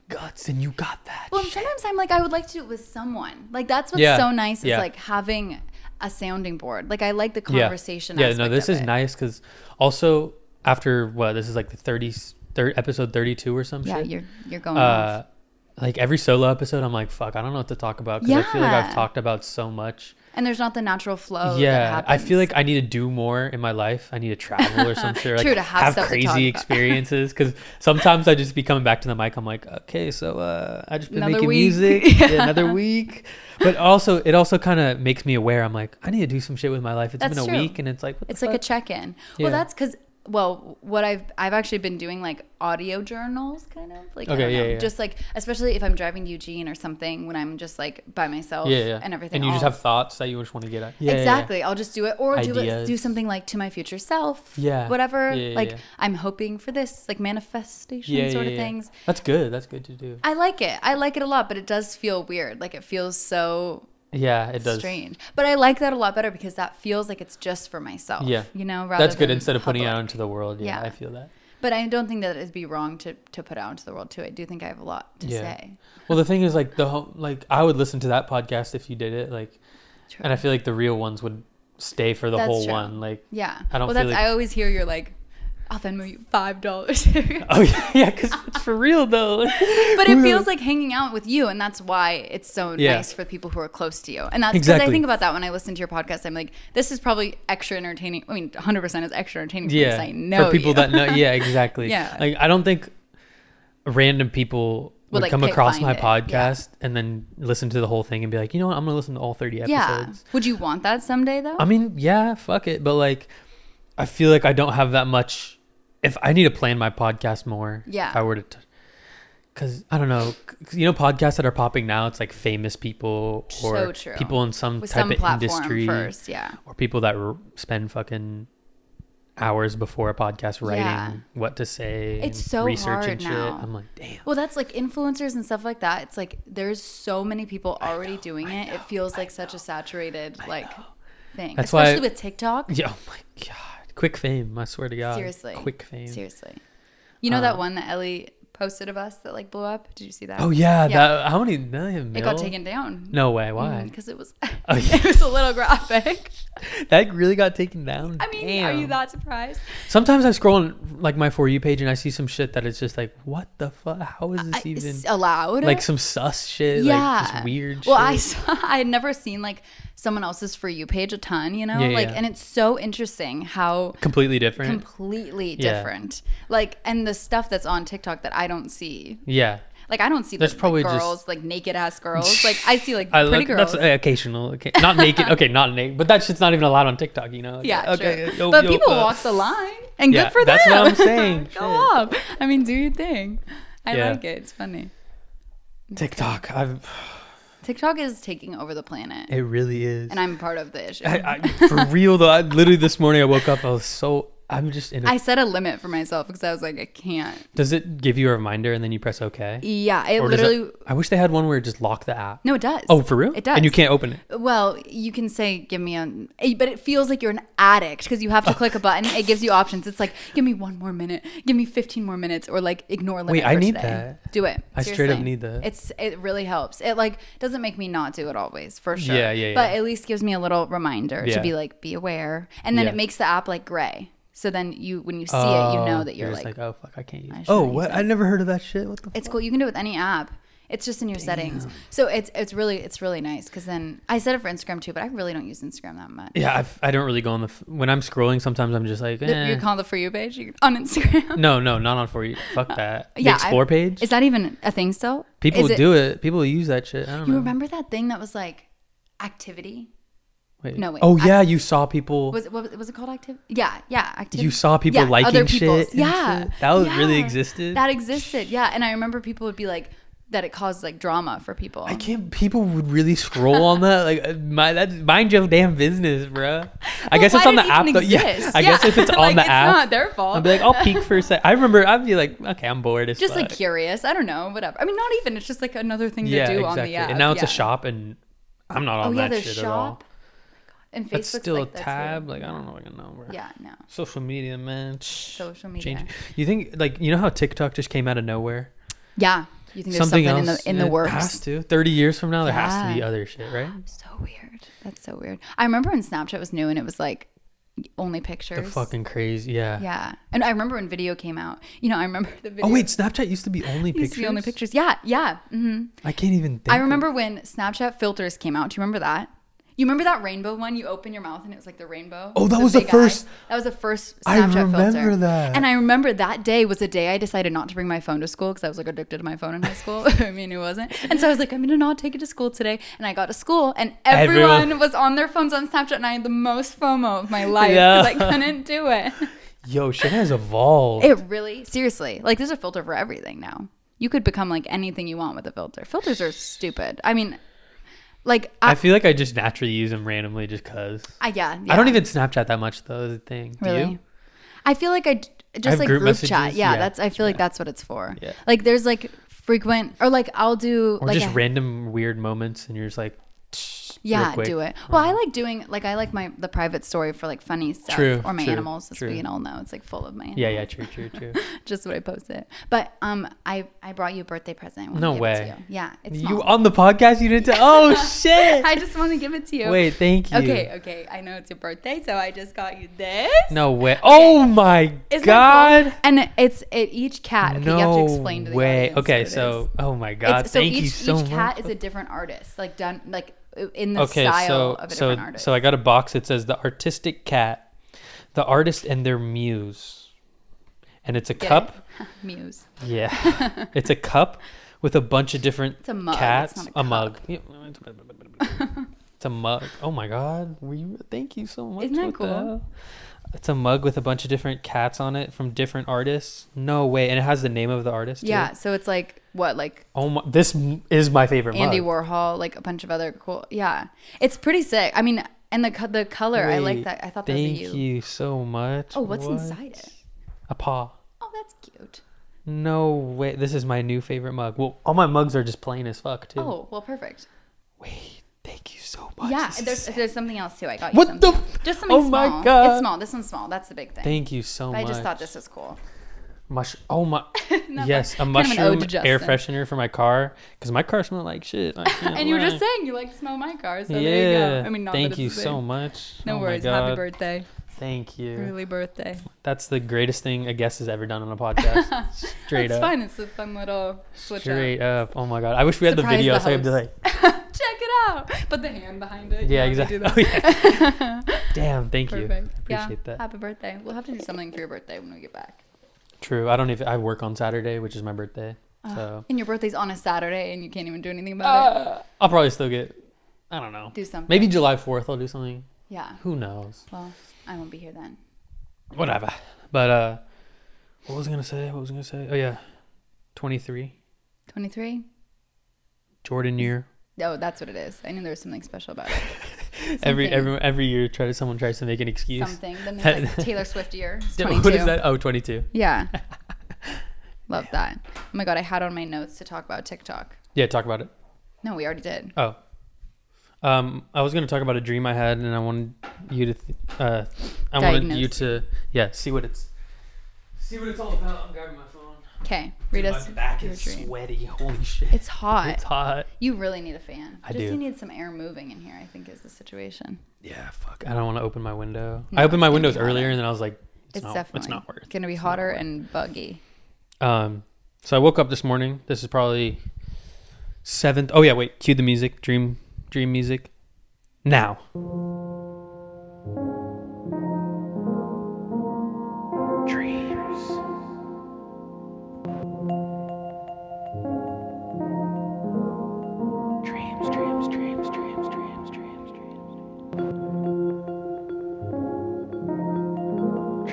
guts, and you got that. Well, and shit. sometimes I'm like, I would like to do it with someone. Like that's what's Yeah, so nice is yeah. like having a sounding board. Like I like the Yeah. conversation. Yeah, no, aspect this of is it. nice because also after what this is like the 30, thir- episode thirty two or some Yeah, shit. you're you're going. off. uh, like every solo episode, I'm like, fuck, I don't know what to talk about because I feel like I've Yeah. talked about so much. And there's not the natural flow. that yeah, I happens. feel like I need to do more in my life. I need to travel or something. or, like, True, to have stuff to crazy talk about. experiences because sometimes I just be coming back to the mic. I'm like, okay, so uh, I just been Another making week." music yeah, another week, but also it also kind of makes me aware. I'm like, I need to do some shit with my life. It's That's been a true. week, and it's like, what the it's like a fuck? check-in. Yeah. Well, that's because well, what I've I've actually been doing like audio journals, kind of like I Okay, don't yeah, know. yeah. just like especially if I'm driving to Eugene or something when I'm just like by myself yeah, yeah, and everything. And you just I'll- have thoughts that you just want to get at. Yeah, yeah, yeah. exactly. I'll just do it or do it Ideas. do something like to my future self. Yeah. whatever. Yeah, yeah, like yeah. I'm hoping for this, like manifestation Yeah, sort yeah, of yeah. things. That's good. That's good to do. I like it. I like it a lot, but it does feel weird. Like it feels so Yeah, it does. strange. But I like that a lot better because that feels like it's just for myself. Yeah. you know, rather That's good than instead of putting it public. out into the world. Yeah, Yeah. I feel that. But I don't think that it'd be wrong to, to put out into the world too. I do think I have a lot to Yeah. say. Well, the thing is, like the whole, like I would listen to that podcast if you did it, like, and I feel like the real ones would stay for the That's whole true. one, like. Yeah. I don't well, feel that's like- I always hear you're like, I'll Venmo you five dollars. Oh yeah, yeah, because it's for real though. but it feels like hanging out with you, and that's why it's so Yeah. nice for the people who are close to you. And that's because Exactly. I think about that when I listen to your podcast. I'm like, this is probably extra entertaining. I mean, 100 percent is extra entertaining yeah because I know for people you. that know. Yeah, exactly. Yeah. like I don't think random people would, Would, like, come pick- across find my it, yeah. podcast and then listen to the whole thing and be like, you know what, I'm gonna listen to all 30 episodes. yeah. Would you want that someday though? I mean, yeah, fuck it. But like, I feel like I don't have that much. If I need to plan my podcast more, Yeah. if I were to, t- cause I don't know, 'cause, you know, podcasts that are popping now, it's like famous people or So true. people in some with Mm, type some of platform industry first, yeah. or people that r- spend fucking hours before a podcast writing Yeah. what to say. It's and so researching hard now. I'm like, damn. Well, that's like influencers and stuff like that. It's like there's so many people already doing it. it feels like such a saturated like thing, That's why especially I- with TikTok. Yeah. Oh my god. Quick fame. I swear to God. Seriously, Quick fame. Seriously, you know that one that Ellie posted of us that like blew up. Did you see that? Uh-huh. Oh yeah, Yeah. That, how many? Million it got taken down. No way. Why? because it was Oh, yeah. it was a little graphic. That really got taken down. Mm. I mean, are you Damn. that surprised? Sometimes I scroll on like my for you page and I see some shit that is just like, what the fuck? How is this I- even? it's allowed? like some sus shit, like just weird. Well, shit. I saw, I had never seen like someone else's for you page a ton, you know, Yeah, yeah, like, yeah. and it's so interesting how completely different. completely Yeah. different, like, and the stuff that's on TikTok that I don't see, yeah, like, I don't see That's the, like, probably just- girls like naked ass girls, like, I see like I pretty like girls. that's uh, occasional. Okay, not naked. okay, not naked. But that shit's not even allowed on TikTok. You know? Like, yeah, Okay. true. yo, but yo, people uh, walk the line, and yeah, good for them. that's what I'm saying. Go up. Shit. I mean, do your thing. I Yeah. like it. It's funny. TikTok. I've, TikTok is taking over the planet, it really is. and I'm part of the issue. I, I, for real though, I, literally this morning I woke up. I was so I'm just in. I A, set a limit for myself because I was like, I can't. does it give you a reminder and then you press OK? Yeah, it Or does it- literally. I wish they had one where it just lock the app. no, it does. Oh, for real? It does. And you can't open it. Well, you can say, give me a, but it feels like you're an addict because you have to click a button. It gives you options. It's like, give me one more minute, give me 15 more minutes, or like ignore limit. Wait, I for need today. that. Do it. I straight up seriously. need that. It's it really helps. It like doesn't make me not do it always for sure. Yeah, yeah, But yeah. at least gives me a little reminder Yeah. to be like, be aware, and then Yeah. it makes the app like gray. So then you, when you see it, you Oh, know that you're, just like, oh fuck, I can't use. it. shouldn't oh, use what? that. I never heard of that shit. What the? It's cool. You can do it with any app. It's just in your settings. So it's it's really it's really nice because then I set it for Instagram too, but I really don't use Instagram that much. Yeah, I've, I don't really go on the. F- when I'm scrolling, sometimes I'm just like, The- eh. You call the for you page you, on Instagram. no, no, not on for you. Fuck that. The Uh, Yeah, I- explore page. Is that even a thing still? People Is do it. People use that shit. I don't You know. remember that thing that was like activity? Wait. no, wait, oh I- yeah, you saw people. Was it, what was, it- was it called activity? Yeah, yeah, activity. you saw people yeah, liking other people's- shit. and Yeah, shit? That was really yeah. existed. That existed. Yeah, and I remember people would be like that. It caused like drama for people. I can't. People would really scroll on that. Like uh, my that mind your damn business, bruh. I Well, guess it's why on the did it app even though. Yeah. exist? I guess Yeah. if it's on Like, the it's app, not their fault. I'd be like, "Oh, I'll peek for a sec. I remember. I'd be like, okay, I'm bored as just fuck. like curious. I don't know, whatever. I mean, not even. It's just like another thing yeah, to do exactly. on the app. And now it's Yeah. a shop, and I'm not Oh on yeah, that there's shit shop. at all. And Facebook's That's still like, a that's tab. weird. Like I don't know. I can know. Yeah, no. Social media, man. Social media. Change. You think like you know how TikTok just came out of nowhere? Yeah. You think there's something, in the in the it works? Has to. Thirty years from now, there has to be Yeah. other shit, right? So weird. That's so weird. I remember when Snapchat was new and it was like only pictures. They're fucking crazy. Yeah. Yeah. And I remember when video came out. You know, I remember the video. Oh wait, Snapchat used to be only It pictures. used to be only pictures. Yeah, yeah. hmm I can't even. think I of- remember when Snapchat filters came out. Do you remember that? You remember that rainbow one? You open your mouth and it was like the rainbow. Oh, that was the big eye? first- That was the first Snapchat I remember filter. that. And I remember that day was the day I decided not to bring my phone to school because I was like addicted to my phone in high school. I mean, it wasn't. And so I was like, I'm gonna not take it to school today. And I got to school and everyone, Everyone- was on their phones on Snapchat, and I had the most FOMO of my life Yeah. because I couldn't do it. Yo, shit has evolved. It really, seriously, like there's a filter for everything now. You could become like anything you want with a filter. Filters are stupid. I mean, like I, I feel like I just naturally use them randomly just cause. I- yeah, I don't yeah. even Snapchat that much though. Is the thing. Do really. you? I feel like I d- I have just like group group, chat. messages, Yeah, yeah. that's. I feel like that's what it's for. Yeah. Like there's like frequent or like I'll do Or like just a- random weird moments, and you're just like. tsh, real yeah quick. do it. Well, I like doing like I like my the private story for like funny stuff True, or my true, animals as true. we all know it's like full of my Yeah, yeah, true, true, true. just what I post it. But um, I I brought you a birthday present. I wanna No give it to way. you. Yeah, it's you small. on the podcast? You didn't. T- oh shit! I just want to give it to you. Wait, thank you. Okay, okay. I know it's your birthday, so I just got you this. No way! Oh my Isn't that god! cool? And it's it each cat. Okay, no you have to explain to the way. audience okay, what it is. so oh my It's- god! thank each, you so each cat much. is a different artist, like done like in the okay, style so of a so different artist. so I got a box that says the artistic cat, the artist and their muse, and it's a Get cup. it? Muse. Yeah, it's a cup with a bunch of different a mug, it's cats. not a a, cup. mug. Yeah, it's a mug. Oh my god! We thank you so much. Isn't that What the cool? hell? It's a mug with a bunch of different cats on it from different artists. No way, and it has the name of the artist. too. Yeah, so it's like what like Oh my! This m- is my favorite Andy mug. Warhol, like a bunch of other cool. Yeah, it's pretty sick. I mean, and the co- the color, I like Wait, that. I thought that was a Thank you. you so much. Oh, what's What? inside it? A paw. Oh, that's cute. No way. This is my new favorite mug. Well, all my mugs are just plain as fuck too. Oh, well, perfect. Wait, thank you so much. Yeah, Oh, This is there's there's something else too. I got you. What something the else. f- Just something Oh my small. God. It's small. This one's small. That's the big thing. Thank you so But I much. just thought this was cool. Mush- oh my. Not yes, a kind of an ode mushroom to air Justin. freshener for my car because my car smelled like shit. I can't And you were just lie. saying you like to smell my car, so yeah. there you go. I mean, not thank that it's you the so same. much. No Oh my worries. Happy God. birthday. Thank you. Early birthday. That's the greatest thing a guest has ever done on a podcast. Straight it's up. fun. It's a fun little switch Straight up. Oh my god. I wish we had the Surprise video the so I'd be host. like, up. Check it out. Put the hand behind it. yeah, You know how exactly. they do Oh, yeah. that? Damn, thank you. Perfect. I appreciate yeah. that. Happy birthday. We'll have to do something for your birthday when we get back. True. I don't even I work on Saturday, which is my birthday. Uh-huh. So And your birthday's on a Saturday, and you can't even do anything about it. I'll probably still get I don't know. Do something. Maybe July 4th I'll do something. Yeah. Who knows? Well, I won't be here then. Whatever. But uh what was I going to say? What was I going to say? Oh yeah. 23. 23? Jordan year. Oh, that's what it is. I knew there was something special about it. every Something. every every year, try someone tries to make an excuse. something. Then there's like Taylor Swift year. It's Yeah, 22. what is that? Oh, 22. Yeah. Love that. Oh my god, I had on my notes to talk about TikTok. Yeah, talk about it. No, we already did. Oh, um, I was going to talk about a dream I had, and I wanted you to, th- uh, I wanted you Diagnose. to, yeah, see what it's, see what it's all about. I'm grabbing my phone. Okay, read Dude, us. My back your is dream. sweaty. Holy shit. It's hot. It's hot. You really need a fan. I Just do. you need some air moving in here. I think is the situation. Yeah, fuck. I don't want to open my window. No, I opened my it's gonna be windows hotter. earlier, and then I was like, it's, It's, not, definitely it's not worth. it. gonna be hotter and buggy. Um, so I woke up this morning. This is probably seventh. Oh yeah, wait. Cue the music. Dream, dream music. Now. Dreams, dreams, dreams, dreams, dreams, dreams, dreams.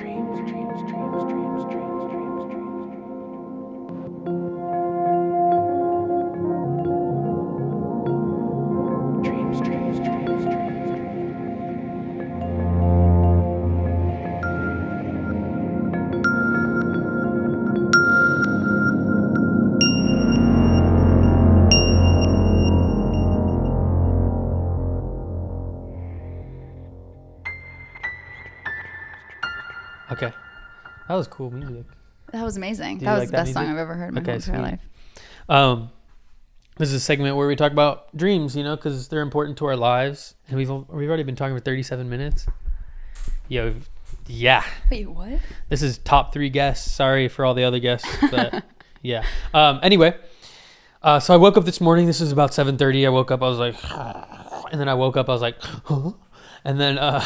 Dreams, dreams, dreams, dreams, dreams, dreams, dreams, dreams. Dreams, dreams, dreams, dreams, dreams. Okay. That was cool music. That was amazing. Do you That was like the that best song music? I've ever heard in my Okay, whole entire sweet. life. Um, this is a segment where we talk about dreams, you know, because they're important to our lives, and we've al- we've already been talking for thirty-seven minutes. Yo, we've- yeah, Wait, what? this is top three guests. Sorry for all the other guests, but yeah. Um, anyway, uh, so I woke up this morning. This is about seven thirty. I woke up. I was like, and then I woke up. I was like, huh? and then uh,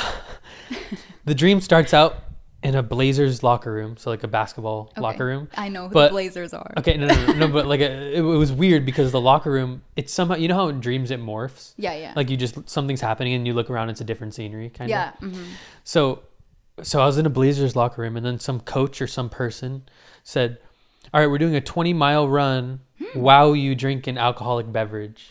the dream starts out in a Blazers locker room, so like a basketball locker room. I know who But- the Blazers are. Okay, no, no, no, no but like it, it was weird because the locker room, it's somehow you know how in dreams it morphs. Yeah, yeah. Like you just something's happening and you look around, it's a different scenery, kind yeah. of. mhm. So, so I was in a Blazers locker room, and then some coach or some person said, "All right, we're doing a 20 mile run Hmm. while you drink an alcoholic beverage."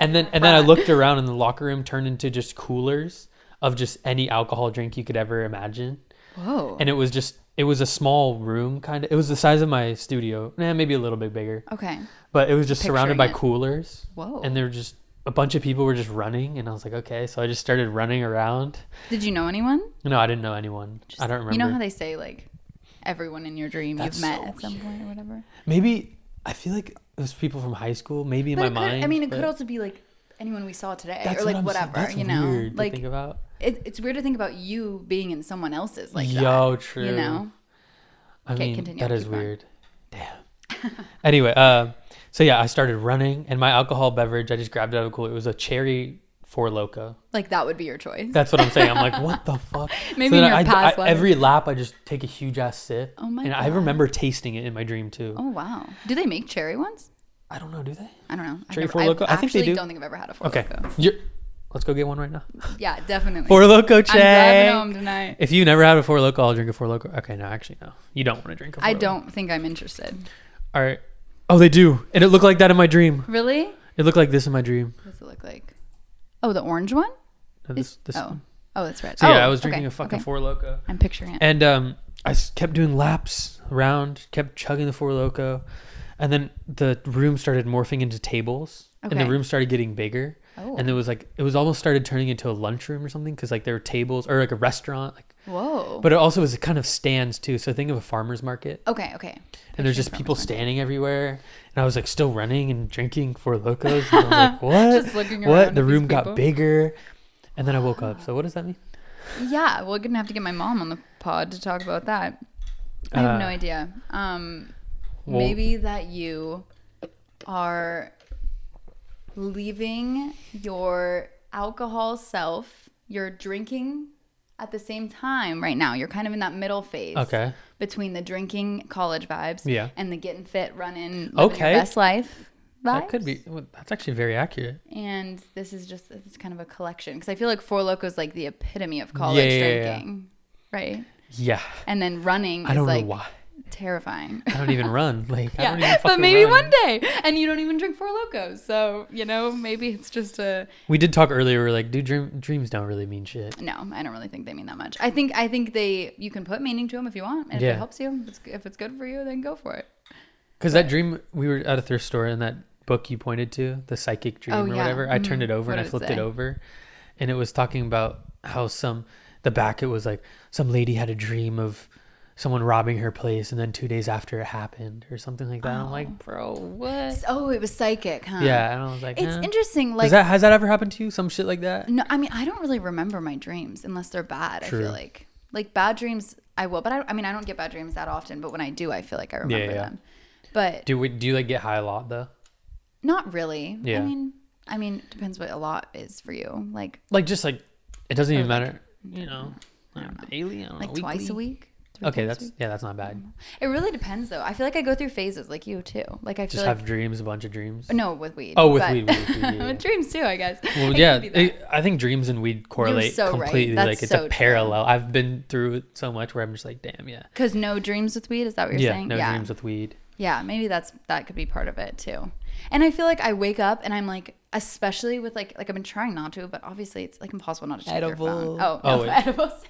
and then, and then I looked around, and the locker room turned into just coolers of just any alcohol drink you could ever imagine Whoa. and it was just it was a small room kind of it was the size of my studio eh, maybe a little bit bigger okay. but it was just surrounded by Picturing it. coolers Whoa. and there were just a bunch of people were just running and i was like okay so i just started running around Did you know anyone? no i didn't know anyone i don't remember You know how they say like everyone in your dream That's you've met so at some point or whatever. maybe i feel like it was people from high school maybe in But my it could, mind I mean, it could but also be like anyone we saw today that's or like what I'm whatever. saying. That's you know, weird like to think about it, it's weird to think about you being in someone else's like Yo, that. true. You know, I Okay, mean, continue. that is Keep going. weird. Damn. anyway, uh, so yeah, I started running, and my alcohol beverage, I just grabbed out of a cooler. It was a cherry four loco. like that would be your choice. That's what I'm saying. I'm like, what the fuck? Maybe then in your I- I- past I- life. every lap, I just take a huge ass sip. Oh my And I God. remember tasting it in my dream too. oh wow, do they make cherry ones? I don't know, do they? I don't know. I've Cherry never- Four I Loko? I think they actually do. don't think I've ever had a four Okay, Loko. You're, let's go get one right now. Yeah, definitely. Four loco, I'm driving home check. tonight. If you never had a four loco, I'll drink a four loco. Okay, no, actually, no. You don't want to drink a four I don't think I'm interested. All right. Oh, they do. And it looked like that in my dream. Really? What It looked like this in my dream. does it look like? Oh, the orange one. No, this, this oh, oh, that's red. So yeah, Oh, I was okay, drinking a fucking okay. Four Loco, I'm picturing it. and um, I s- kept doing laps around, kept chugging the Four Loco, and then the room started morphing into tables, and Okay. the room started getting bigger, Oh. and it was like it was almost started turning into a lunchroom or something because like there were tables or like a restaurant, like, Whoa. but it also was kind of stands too. So think of a farmer's market, okay, okay. and Picturing there's just farmer's people market. standing everywhere, and I was like still running and drinking Four Locos, and I was like what, Just looking around what? at The these room people. got bigger, and then I woke up. So what does that mean? Yeah, we're gonna have to get my mom on the pod to talk about that. I have no Uh, idea. Um, well- maybe that you are leaving your alcohol self. You're drinking at the same time right now. You're kind of in that middle phase. Okay. Between the drinking college vibes. Yeah. And the getting fit, running, living Okay. your best life. Vibes. That could be. Well, that's actually very accurate. And this is just it's kind of a collection because I feel like Four Loko is like the epitome of college yeah, yeah, yeah. drinking, right? Yeah. And then running I is don't like know why. terrifying. I don't even run. Like, I yeah, don't even fucking but maybe run. one day, and you don't even drink Four Locos, so you know maybe it's just a We did talk earlier. We are like, dude, dream, dreams don't really mean shit. no. I don't really think they mean that much. I think I think they you can put meaning to them if you want, and if Yeah. it helps you, if it's, if it's good for you, then go for it. Because that dream, we were at a thrift store and that book you pointed to, the psychic dream Oh, or yeah. whatever, I turned it over What and I did it flipped say? it over. And it was talking about how some, the back, it was like some lady had a dream of someone robbing her place and then two days after it happened or something like that. I'm like, bro, what? Oh, it was psychic, huh? Yeah. And I was like, it's eh. interesting. Does Like that, has that ever happened to you? Some shit like that? No, I mean I don't really remember my dreams unless they're bad. I True. feel like like bad dreams I will, but I, I mean I don't get bad dreams that often. But when I do, I feel like I remember yeah. them. But Do we, do you like get high a lot though? not really. Yeah. I mean, I mean it depends what a lot is for you. Like Like, just like, it Oh, doesn't even matter, you know, daily, I don't know, like twice a weekly? week. three times Okay, a that's, week. Mm-hmm. yeah, that's not bad. it. Really depends though. I feel like I go through phases like you too. Like I feel Just like have dreams, a bunch of dreams. no with weed. Oh, with but- weed, with weed, yeah, yeah. with dreams too, I guess. It Well, could yeah, be that. it, I think dreams and weed correlate so right. completely. That's Like it's so a true. parallel. I've been through it so much where I'm just like, damn, yeah, Cause no dreams with weed is that what you're yeah, saying? no dreams with weed. Yeah, maybe that's that could be part of it too. And I feel like I wake up and I'm like, especially with like like I've been trying not to, but obviously it's like impossible not to check your phone. Edibles. Oh, Oh, no, wait. edibles.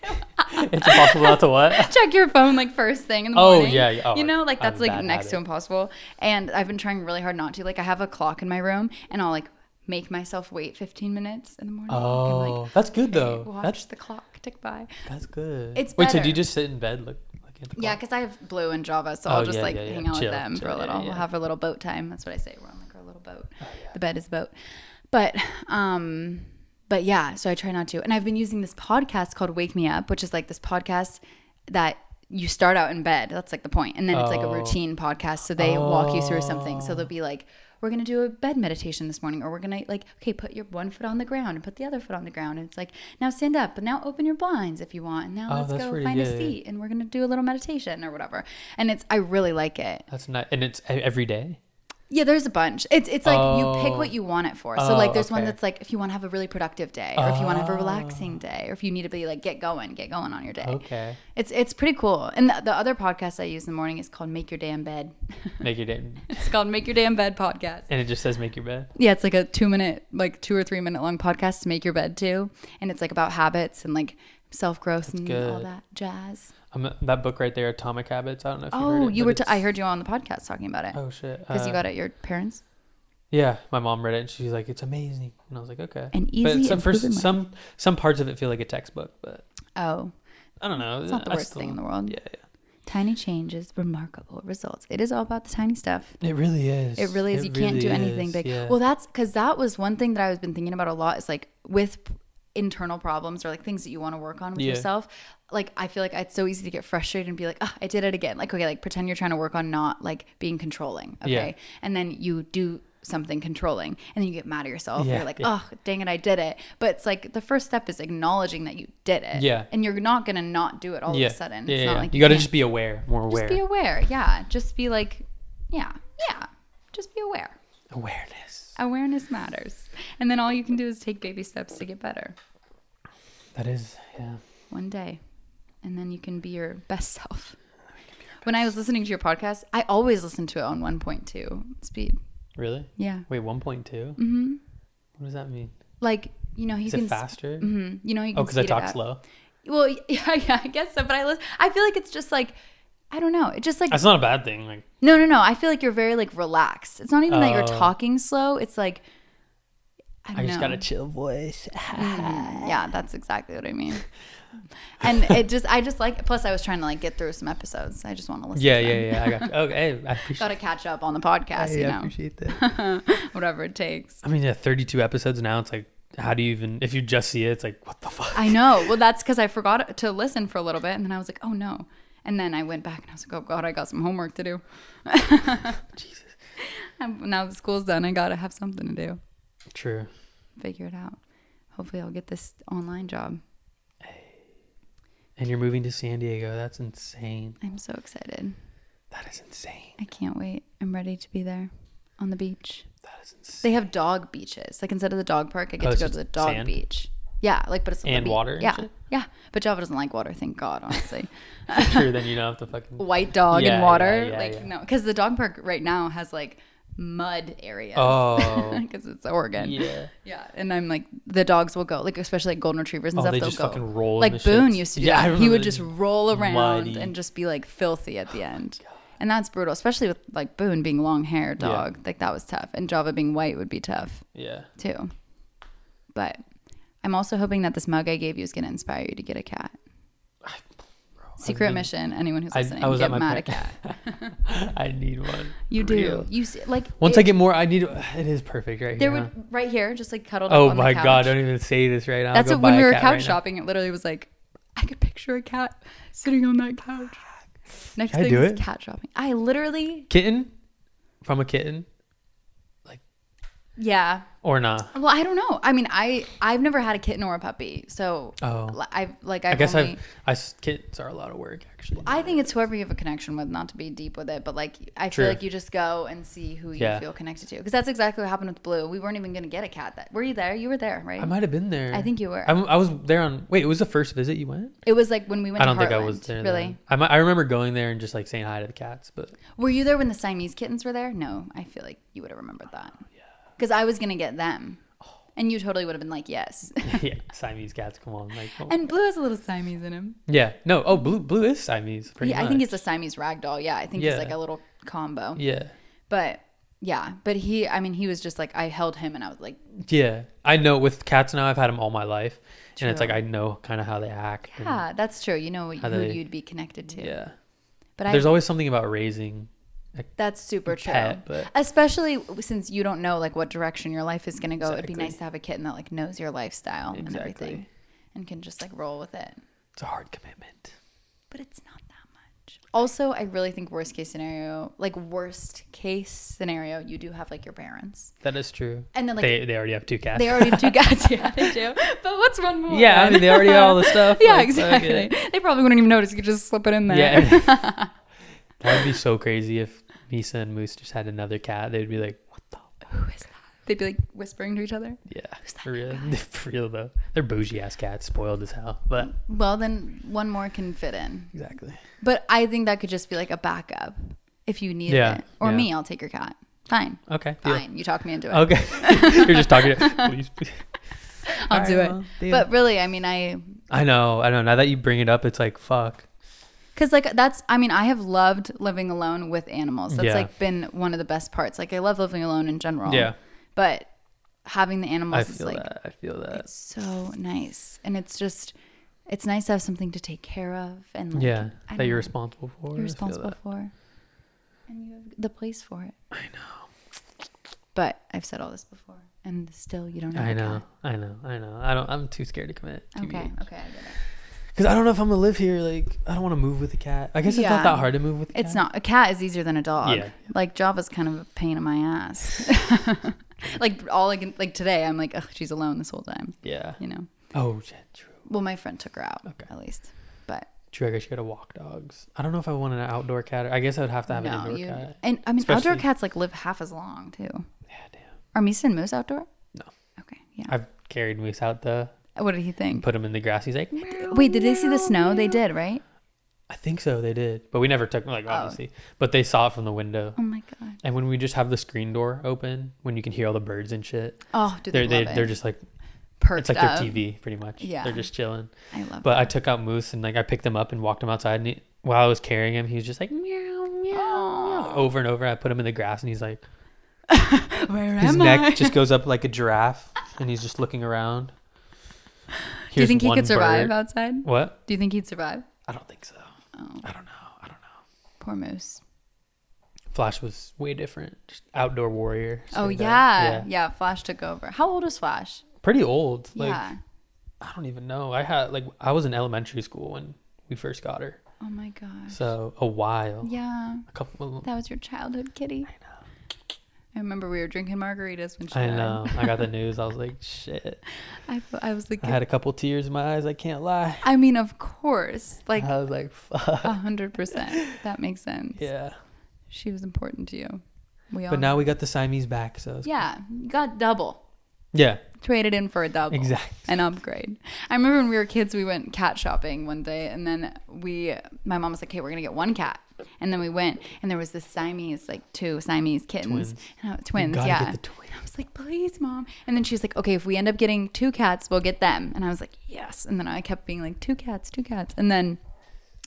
It's impossible not to what? check your phone like first thing in the Oh, morning. yeah, yeah. Oh, you know, like I have that's a like bad next to habit. impossible. And I've been trying really hard not to. Like I have a clock in my room, and I'll like make myself wait 15 minutes in the morning. and, Oh, like, that's good though. watch That's the clock tick by. that's good. It's wait, so do better. you just sit in bed, look, look at the Yeah, clock? because I have Blue and Java, so Oh, I'll just yeah, like yeah, yeah. hang out Chill, with them for chill, a little. yeah, yeah. Oh, We'll have our little boat time. That's what I say. We're on like our little boat. The bed is a boat. But um but yeah, so I try not to. And I've been using this podcast called Wake Me Up, which is like this podcast that you start out in bed. That's like the point. And then it's like a Oh. routine podcast. So they walk you through something. So they'll be like, we're gonna do a bed meditation this morning, or we're gonna like, okay, put your one foot on the ground and put the other foot on the ground. And it's like, now stand up, but now open your blinds if you want. And now Oh, let's that's go really find good. a seat and we're gonna do a little meditation or whatever. And it's I really like it. That's not, and it's e- every day. Yeah, there's a bunch. It's it's like you pick Oh. what you want it for. So like Oh, there's one okay. Oh. that's like if you want to have a really productive day, or if you want to have a relaxing day, or if you need to be like get going, get going on your day. Okay, It's it's pretty cool. And the, the other podcast I use in the morning is called Make Your Day in Bed. make your day, it's called Make Your Day in Bed podcast. and it just says make your bed. Yeah, it's like a two minute, like two or three minute long podcast to make your bed too, and it's like about habits and like self growth and all good. that jazz. Um, that book right there, Atomic Habits. I don't know if you heard Oh, it, you but were. T- I it's- heard you on the podcast talking about it Oh shit, because you Uh, got it at your parents. Yeah, my mom read it and she's like, "It's amazing," and I was like, "Okay." And but easy some and for, proven money. some some parts of it feel like a textbook, but Oh, I don't know. It's not the worst thing in the world. Yeah, tiny changes, remarkable results. It is all about the tiny stuff. yeah. It really is. It really is. you can't do really anything is, big. yeah. Well, that's because that was one thing that I was been thinking about a lot. Is like with p- internal problems or like things that you want to work on with Yeah. yourself. Like I feel like it's so easy to get frustrated and be like, oh, I did it again. Like okay, like pretend you're trying to work on not like being controlling. Yeah. Okay, and then you do something controlling and then you get mad at yourself Yeah, you're like yeah. oh dang it i did it but it's like the first step is acknowledging that you did it Yeah. and you're not gonna not do it all yeah. of a sudden yeah, it's yeah, not yeah. like you got to can't. just be aware, more aware, Just be aware. Yeah. Just be like, yeah, yeah. Just be aware. awareness. Awareness matters. And then all you can do is take baby steps to get better That is, yeah. one day. And then you can be your best self. When I was listening to your podcast, I always listen to it on 1.2 speed. Really? Yeah. Wait, one point two. Mm-hmm. What does that mean? Like, you know, you Is can it faster? mm, you know, you can Oh, because I speed it talk up. slow. Well, yeah, yeah, I guess so, but I listen, I feel like it's just like I don't know. It just like That's not a bad thing. Like, No, no, no. I feel like you're very like relaxed. It's not even that Oh. you're talking slow. It's like I, I don't just know. got a chill voice. yeah, that's exactly what I mean. and it just, I just like. Plus, I was trying to like get through some episodes. I just want to listen. yeah, to yeah, them. yeah. I got. You. Okay, I appreciate. Got to catch up on the podcast, I you appreciate that. know, whatever it takes. I mean, yeah, 32 episodes now. It's like, how do you even, if you just see it, it's like, what the fuck? I know. Well, that's because I forgot to listen for a little bit, and then I was like, oh no. And then I went back and I was like, oh god, I got some homework to do. Jesus. Now the school's done. I gotta have something to do. True. Figure it out. Hopefully, I'll get this online job. And you're moving to San Diego. That's insane. I'm so excited. That is insane. I can't wait. I'm ready to be there on the beach. That is insane. They have dog beaches. Like instead of the dog park, I get Oh, to it's go to just the dog sand? beach. Yeah, like but it's on the And beach. water and Yeah, shit? yeah. But Java doesn't like water. Thank God, honestly. Sure, then you don't have to fucking. White dog Yeah, and water, yeah, yeah, like yeah. no, because the dog park right now has like mud areas. Oh. because it's Oregon. Yeah. Yeah, and I'm like, the dogs will go, like especially like golden retrievers and Oh, stuff. they will just go. fucking roll in Like the shits. Boone used to do Yeah, I that. He remember would just the roll around muddy- Oh and just be like filthy at the end, and that's brutal, especially with like Boone being long haired Yeah. dog. Like that was tough, and Java being white would be tough Yeah. too. But I'm also hoping that this mug I gave you is going to inspire you to get a cat. Secret been- mission. Anyone who's I- listening, I was get at my Matt a par- cat. I need one. You do. Real. You see, like Once it- I get more, I need. It is perfect right there here. huh? would right here, just like cuddled. up Oh on the my couch. god! Don't even say this right now. That's I'll what when go buy we a were cat couch right now. shopping, it literally was like I could picture a cat sitting on that couch. Next Can I thing do is it? cat shopping. I literally, Kitten, from a kitten yeah. or not? Well, I don't know. I mean, I I've never had a kitten or a puppy, so Oh. li- I've like I I've guess only, I've. I s- kittens are a lot of work actually. I think it's whoever you have a connection with, not to be deep with it, but like I True. feel like you just go and see who you Yeah. feel connected to. Because that's exactly what happened with Blue. We weren't even going to get a cat that. Were you there? You were there, right? I might have been there. I think you were. I'm, I was there on. Wait, it was the first visit you went. it was like when we went I don't to think I was Heartland. there. Really? then. I mi- I remember going there and just like saying hi to the cats, but Were you there when the Siamese kittens were there? No, I feel like you would have remembered that. Oh, Because I was going to get them. And you totally would have been like, yes. yeah, Siamese cats. Come on, like come on. and Blue has a little Siamese in him. yeah. No, oh blue blue is Siamese. Pretty Yeah, much. I think he's a Siamese ragdoll. Yeah, I think Yeah. he's like a little combo. yeah But yeah, but he, I mean, he was just like, I held him and I was like, yeah. I know with cats now. I've had them all my life, and it's True. like I know kind of how they act. and- ah, that's true. You know who Mm-hmm. they- you'd be connected to. yeah. But I, There's always something about raising. That's super true. pet, but- Especially since you don't know like what direction your life is going to go. It'd be Exactly. nice to have a kitten that like knows your lifestyle and everything Exactly. and can just like roll with it. It's a hard commitment. But it's not that much. Also, I really think worst case scenario, like worst case scenario, you do have like your parents. That is true. And then, like- they they already have two cats. They already have two cats. Yeah, they do. But what's one more? yeah, I mean they already have all the stuff. yeah, like, fuck exactly. it. They probably wouldn't even notice. You could just slip it in there. Yeah. That'd be so crazy if Misa and Moose just had another cat. They'd be like, what the? Who is that? They'd be like whispering to each other. Yeah. For real. For real, though. They're bougie ass cats, spoiled as hell. But Well, then one more can fit in. exactly. But I think that could just be like a backup if you need Yeah, it. Or yeah. me, I'll take your cat. Fine. Okay. deal. Fine. You talk me into it. Okay. You're just talking. To, please, please. I'll All do right, it. well, deal. But really, I mean, I, I know. I know. Now that you bring it up, it's like, fuck. cause like that's, I mean, I have loved living alone with animals. That's Yeah. like been one of the best parts. Like I love living alone in general. Yeah. But having the I animals is feel like that. I feel that. so nice. And it's just, it's nice to have something to take care of and like, Yeah. I That don't you're know, responsible for. I you're feel responsible that. for. And you have the place for it. I know. But I've said all this before. And still, you don't have I a know. cat. I know. I know. I don't. I'm too scared to commit. Okay. Okay. I get it. Because I don't know if I'm gonna live here. Like, I don't want to move with a cat. I guess it's Yeah. not that hard to move with. A cat. It's not a cat is easier than a dog. Yeah. Like Java's kind of a pain in my ass. like all I can like today, I'm like, Ugh, she's alone this whole time. Yeah. You know. Oh, yeah, true. Well, my friend took her out Okay. at least, but True. I guess you gotta walk dogs. I don't know if I want an outdoor cat. Or, I guess I would have to have an no, indoor you cat. and I mean outdoor Especially- cats like live half as long too. Yeah, damn. Are Misa and Moose outdoor? No, Okay, yeah. I've carried moose out the, what did he think? put him in the grass. He's like, "Meow." Wait, did they see the snow? They did, right? I think so. They did, but we never took like obviously. But they saw it from the window. Oh my god. And when we just have the screen door open, when you can hear all the birds and shit, Oh, do they they're they, love they're it? just like Perked it's like up. their TV pretty much. Yeah. they're just chilling. I love But that. I took out Moose and like I picked him up and walked him outside. And he, while I was carrying him, he was just like meow meow over and over. I put him in the grass and he's like Where his am neck I? just goes up like a giraffe, and he's just looking around. do you Here's think he one could survive bird. outside? What? Do you think he'd survive? I don't think so. I don't know. I don't know. Poor Moose. Flash was way different. Just outdoor warrior. Oh straight up. yeah. yeah, Flash took over. How old is Flash? Pretty old. Like yeah. I don't even know. I had like I was in elementary school when we first got her, Oh my gosh. so a while. Yeah, A couple. that was your childhood kitty. I know. I remember we were drinking margaritas when she. I died. know. I got the news. I was like, shit. I, f- I was like, I had a couple tears in my eyes. I can't lie. I mean, of course, like I was like, um, fuck. a hundred percent. That makes sense. Uh, Yeah. She was important to you. We all. But now we got the Siamese back, so it's Yeah, you got double. Yeah. traded in for a double. Exact. An upgrade. I remember when we were kids, we went cat shopping one day, and then we, my mom was like, "Hey, we're gonna get one cat," and then we went, and there was this Siamese, like two Siamese kittens, Twins. And I- twins, gotta yeah. get the twins. And I was like, "Please, mom," and then she was like, "Okay, if we end up getting two cats, we'll get them," and I was like, "Yes," and then I kept being like, two cats, two cats," and then.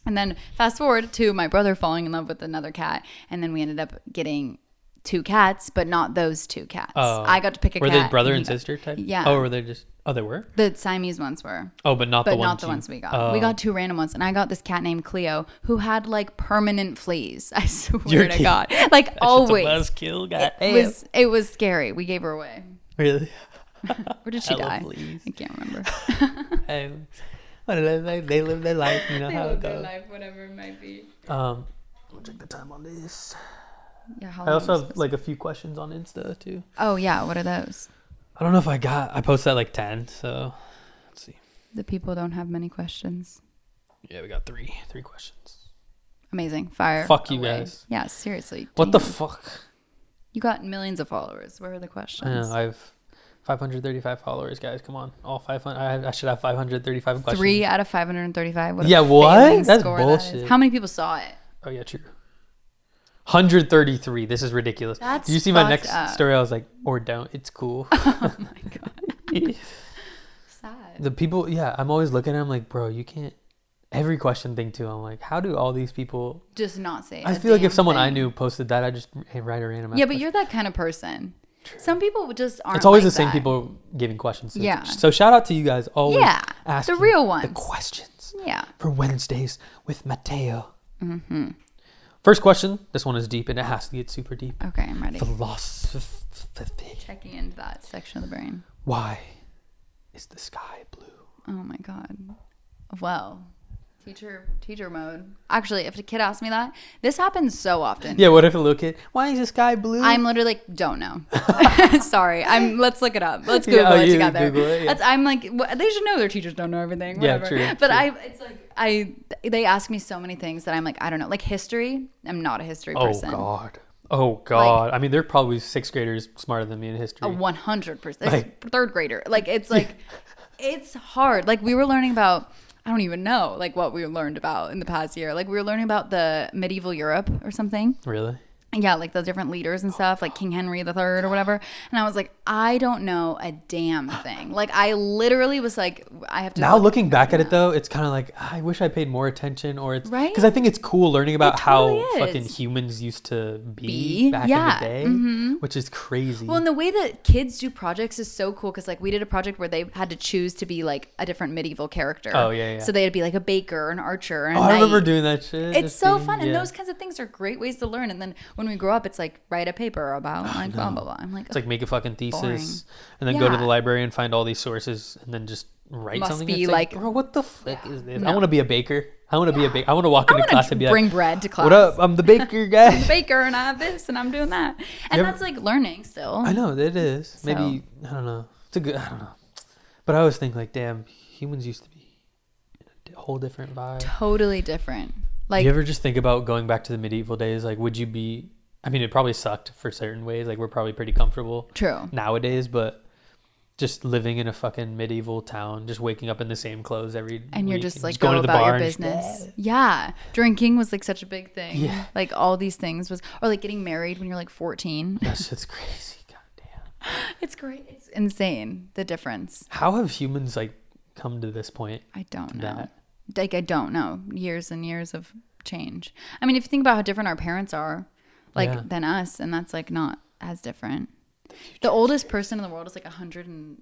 And then fast forward to my brother falling in love with another cat, and then we ended up getting two cats, but not those two cats. Oh. I got to pick a Were cat. they brother he and got- sister type? Yeah. Oh, were they just? Oh, they were. The Siamese ones were, Oh, but not but the ones. not the you- ones we got. Oh. We got two random ones, and I got this cat named Cleo who had like permanent fleas. I swear You're to kidding. God, like always. That's kill. God It was it was scary. We gave her away, Really? or did she Hella die? fleas. I can't remember. Hey, what do they say? They live their life. You know how it goes. life, whatever it might be. Um, I'll check the time on this. Yeah. how I long also was have this? like a few questions on Insta too. Oh yeah. What are those? I don't know if I got. I posted like ten. So let's see. The people don't have many questions. Yeah, we got three. Three questions. Amazing. Fire. Fuck you away. guys. Yeah. Seriously. What the damn. fuck? you got millions of followers. Where are the I know. questions? I have 535 followers, guys. Come on, all 500. I, have- I should have 535 questions. Three out of 535. What a Yeah, what? failing That's score That bullshit. is. How many people saw it? Oh yeah, true. 133. This is ridiculous. That's Do you see my fucked next up. story? I was like, or don't. It's cool. Oh my god. Sad. the people, yeah. I'm always looking at. them like, bro, you can't. Every question thing too. I'm like, how do all these people? Just not say it. I feel like if someone I knew posted that, I just write a random. ass Yeah, but question. you're that kind of person. Some people just aren't. It's always like the same that. people giving questions. So, Yeah. So shout out to you guys. Always Yeah, the asking real The ones. questions. Yeah. for Wednesdays with Mateo. Mm-hmm. First question. This one is deep, and it has to get super deep. Okay, I'm ready. Philosophy. Checking into that section of the brain. Why is the sky blue? Oh my god. Well, teacher, teacher mode. Actually, if a kid asked me that, this happens so often. Yeah. What if a little kid? Why is the sky blue? I'm literally like, don't know. Sorry. I'm. Let's look it up. Let's Yeah, Google oh, it you together. Google it, yeah. That's- I'm like, wh- they should know their teachers don't know everything. Yeah, Whatever. true, But true. I, it's like I, they ask me so many things that I'm like, I don't know. Like history. I'm not a history oh person. God. Oh God. I mean, they're probably sixth graders smarter than me in history. A 100 percent. Like- Third grader. Like it's like, it's hard. Like we were learning about. I don't even know like what we learned about in the past year. Like we were learning about the medieval Europe or something. really? yeah, like the different leaders and stuff, like King Henry III or whatever. And I was like, I don't know a damn thing. Like, I literally was like, I have to. Now looking back at it though, it's kind of like I wish I paid more attention, or it's Right? because I think it's cool learning about how totally fucking is. humans used to be, Be? back Yeah, Mm-hmm. in the day, which is crazy. Well, and the way that kids do projects is so cool because, like, we did a project where they had to choose to be like a different medieval character. Oh, yeah, yeah. So they had to be like a baker, an archer, and oh, I remember doing that shit. It's just so being- fun, and yeah. those kinds of things are great ways to learn. And then when we grow up, it's like write a paper about like blah blah blah. I'm like, It's like make a fucking thesis Boring. and then go to the Yeah. library and find all these sources and then just write Must something. be It's like- bro, what the fuck is this? I No. want to be a baker. I want to be a baker. I want to walk I into wanna class and be bring like, bread to class. "What up? I'm the baker guy." Baker, and I have this, and I'm doing that, and ever- that's like learning still. I know Mm, it is. Maybe I don't know. It's a good. I don't know. But I always think like, damn, humans used to be in a di- whole different vibe. totally different. Like Do you ever just think about going back to the medieval days? Like, would you be? I mean, it probably sucked for certain ways. Like, we're probably pretty comfortable true. nowadays, but just living in a fucking medieval town, just waking up in the same clothes every And you're week just like going go to the about bar your and just- business. Yeah. Drinking was like such a big thing. Yeah. Like all these things was or like getting married when you're like fourteen. That shit's crazy. God damn. it's great. It's insane the difference. How have humans like come to this point? I don't know. That. Like I don't know. Years and years of change. I mean, if you think about how different our parents are, like Yeah. than us, and that's like not as different. The oldest person in the world is like hundred and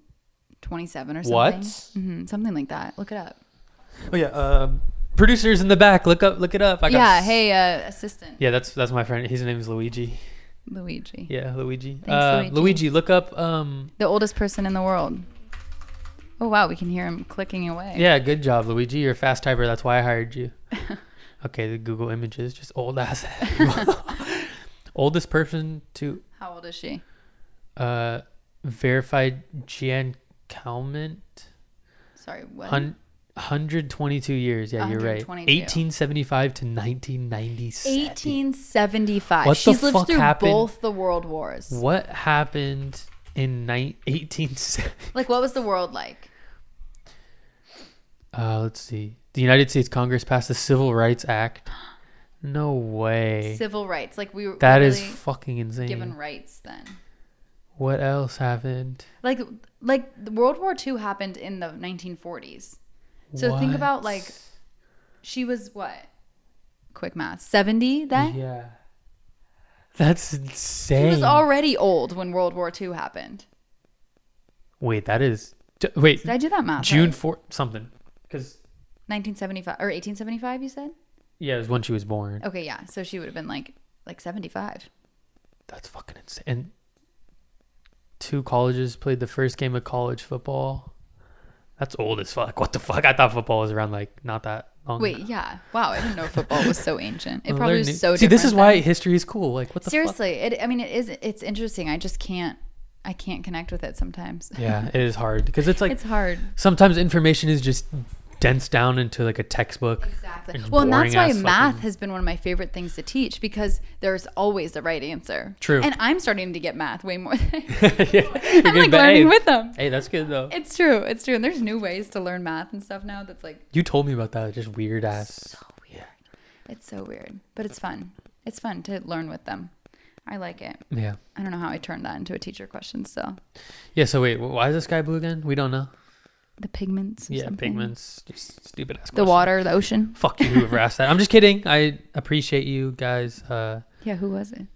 twenty-seven or something. What? hmm something like that. Look it up. Oh yeah, um, producers in the back, look up, look it up. I got Yeah. s- Hey, uh, assistant Yeah, that's that's my friend. His name is Luigi. Luigi, Yeah, Luigi. Thanks, Uh, Luigi. Luigi. look up. Um, the oldest person in the world. Oh wow, we can hear him clicking away. yeah, good job, Luigi. You're a fast typer. That's why I hired you. okay, the Google images, just old ass. Oldest person to How old is she? uh, verified Jan Calment. Sorry, what? Hun- 122 years. Yeah, you're right. 122. 1875 to 1997. 1875. What the She's lived fuck through happened? both the world wars. What happened in ni- 18 se- Like, what was the world like? uh, let's see the united states congress passed the civil rights act no way Civil rights. Like, we were That really is fucking insane given rights then. what else happened Like, like the World War II happened in the 1940s. So think What? about, like, she was what? Quick math. 70 then? yeah that's She insane was already old when World War II happened. wait that is d- wait Did I do that math? june right? 4th something because 1975 or 1875, you said? yeah it was when she was born Okay, yeah. So she would have been like like 75. That's fucking insane. And two colleges played the first game of college football. That's old as fuck. What the fuck? I thought football was around like not that long. Wait, ago. yeah. Wow, I didn't know football was so ancient. It Well, probably was they're new- so See, this different is why then. history is cool. Like what the Seriously, it I mean it is it's interesting. I just can't I can't connect with it sometimes. fuck? Yeah, it is hard because it's like it's hard. sometimes information is just dense down into like a textbook. Exactly. It's Well, and that's why boring-ass math fucking- has been one of my favorite things to teach because there's always the right answer. True. And I'm starting to get math way more. Than yeah, I'm I'm like learning with them. Hey, that's good though. It's true. It's true. And there's new ways to learn math and stuff now that's like You told me about that. Just weird ass. so weird. It's so weird, but it's fun. It's fun to learn with them. I like it. Yeah. I don't know how I turned that into a teacher question. Still, Yeah. So wait, why is the sky blue again? We don't know. the pigments. or Yeah, something. pigments. Just stupid ass. The questions. water, the ocean. Fuck you, whoever asked that. I'm just kidding. I appreciate you guys. Uh, Yeah, who was it?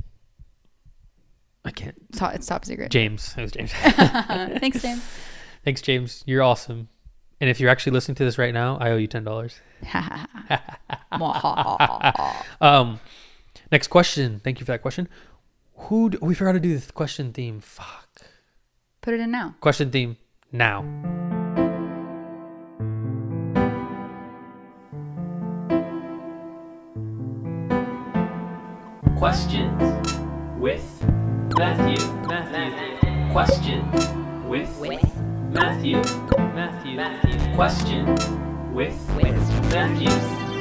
I can't. Top, it's top secret. James. It was James. Thanks, James. Thanks, James. You're awesome. And if you're actually listening to this right now, I owe you ten dollars. Um, next question. Thank you for that question. Who do, we forgot to do the question theme? Fuck. Put it in now. Question theme now. Questions with Matthew. Matthew. Question with, Matthew. Matthew. Matthew. Question with, Matthew.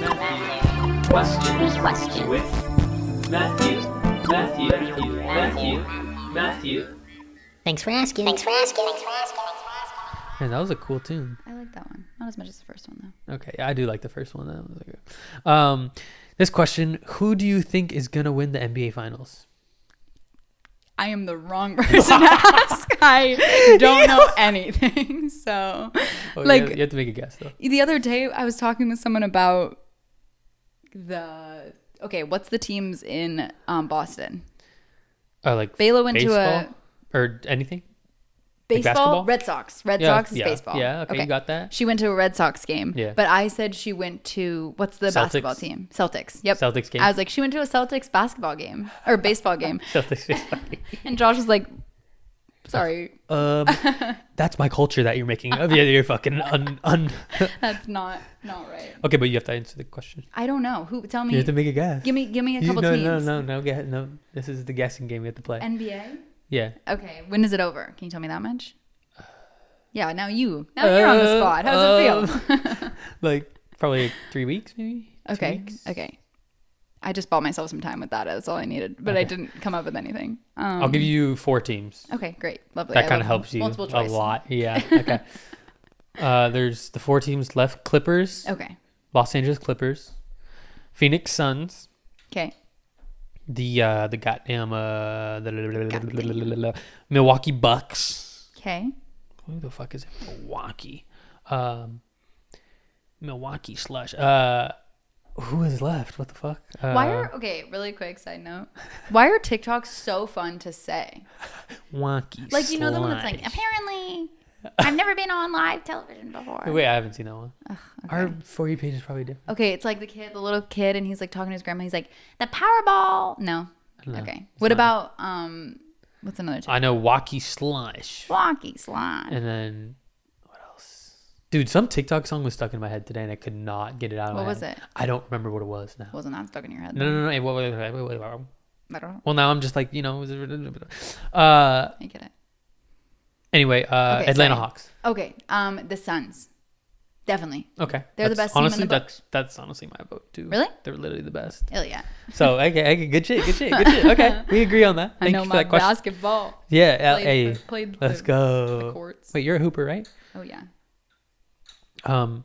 Matthew. Question, Question. with Matthew. Matthew. Matthew. Matthew. Thanks for asking. Thanks for asking. Man, that was a cool tune. I like that one. Not as much as the first one though. Okay, yeah, I do like the first one. That was like a- Um, this question: Who do you think is gonna win the NBA Finals? I am the wrong person to ask. I don't know anything. So, Oh, you like, have- you have to make a guess though. the other day I was talking with someone about the okay, what's the teams in um, Boston? Uh, like Balo went to a- baseball? or anything. Baseball, basketball? Red Sox. Red Yeah, Sox is yeah, baseball. yeah, okay, you got that? She went to a Red Sox game. Yeah. But I said she went to what's the basketball Celtics. team? Celtics. Yep. Celtics game. I was like, she went to a Celtics basketball game or baseball game, Celtics. and Josh was like, "Sorry, um, that's my culture that you're making of. Yeah, you're fucking un, un. that's not not right." okay, but you have to answer the question. I don't know who. Tell You me. have to make a guess. Give me give me a You- couple no, teams. no, no, no, guess, no. This is the guessing game we have to play. NBA. yeah. Okay, when is it over? Can you tell me that much? Yeah, now you. Now you're on the Uh, um, spot. How does it feel? Like probably three weeks, maybe. Two okay, weeks? okay. I just bought myself some time with that. That's all I needed, but I didn't come up with anything. Um, I'll give you four teams. okay, great, lovely. That I kind love of helps you multiple a choice. lot. Yeah. Okay. uh, there's the four teams left: Clippers, Okay, Los Angeles Clippers, Phoenix Suns, okay. the uh the goddamn uh the Milwaukee Bucks. Okay. Who the fuck is it? Milwaukee? Um Milwaukee slash uh who is left? What the fuck? Uh, Why are okay? Really quick side note. Why are TikToks so fun to say? Milwaukee Like you know the one that's like slash- apparently I've never been on live television before. Wait, I haven't seen that one. Our for you page is probably different. Okay, it's like the kid, the little kid, and he's like talking to his grandma. He's like, "The Powerball." No. Okay. What about um? What's another TikTok? I know Waukee Slush. Blocky slime. And then what else? Dude, some TikTok song was stuck in my head today and I could not get it out of my What was head. it? I don't remember what it was now. Wasn't that stuck in your head? No, no, no, no. Wait, wait, wait, wait, wait, wait. I don't know. Well, now I'm just like you know. Uh, I get it. anyway, uh, Okay, Atlanta sorry. Hawks. Okay. Um, the Suns. Definitely. Okay. They're the That's- best team in honestly, the that's that's honestly my vote too. Really? They're literally the best. Ilya. So okay, okay, good shit, good shit, good shit. Okay, we agree on that. I Thank know you for my that question. basketball. Yeah, L- Played hey, for- played let's the- the go. courts. Wait, you're a hooper, right? Oh yeah. Um,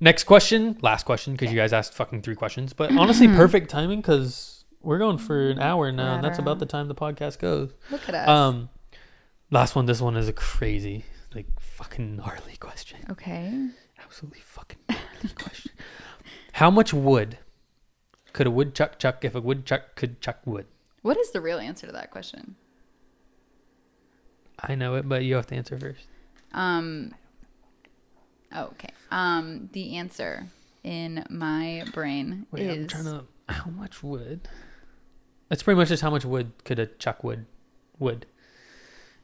next question, last question, because you guys asked fucking three questions, but honestly, perfect timing because we're going for an Mm, hour now, and that's about the time the podcast goes. Look at us. Um, last one. This one is a crazy, like fucking gnarly question. okay. Absolutely fucking gnarly question. How much wood could a woodchuck chuck if a woodchuck could chuck wood? What is the real answer to that question? I know it, but you have to answer first. Um. oh, okay. Um. The answer in my brain Wait, I'm is trying to. How much wood? That's pretty much just how much wood could a chuck wood, wood.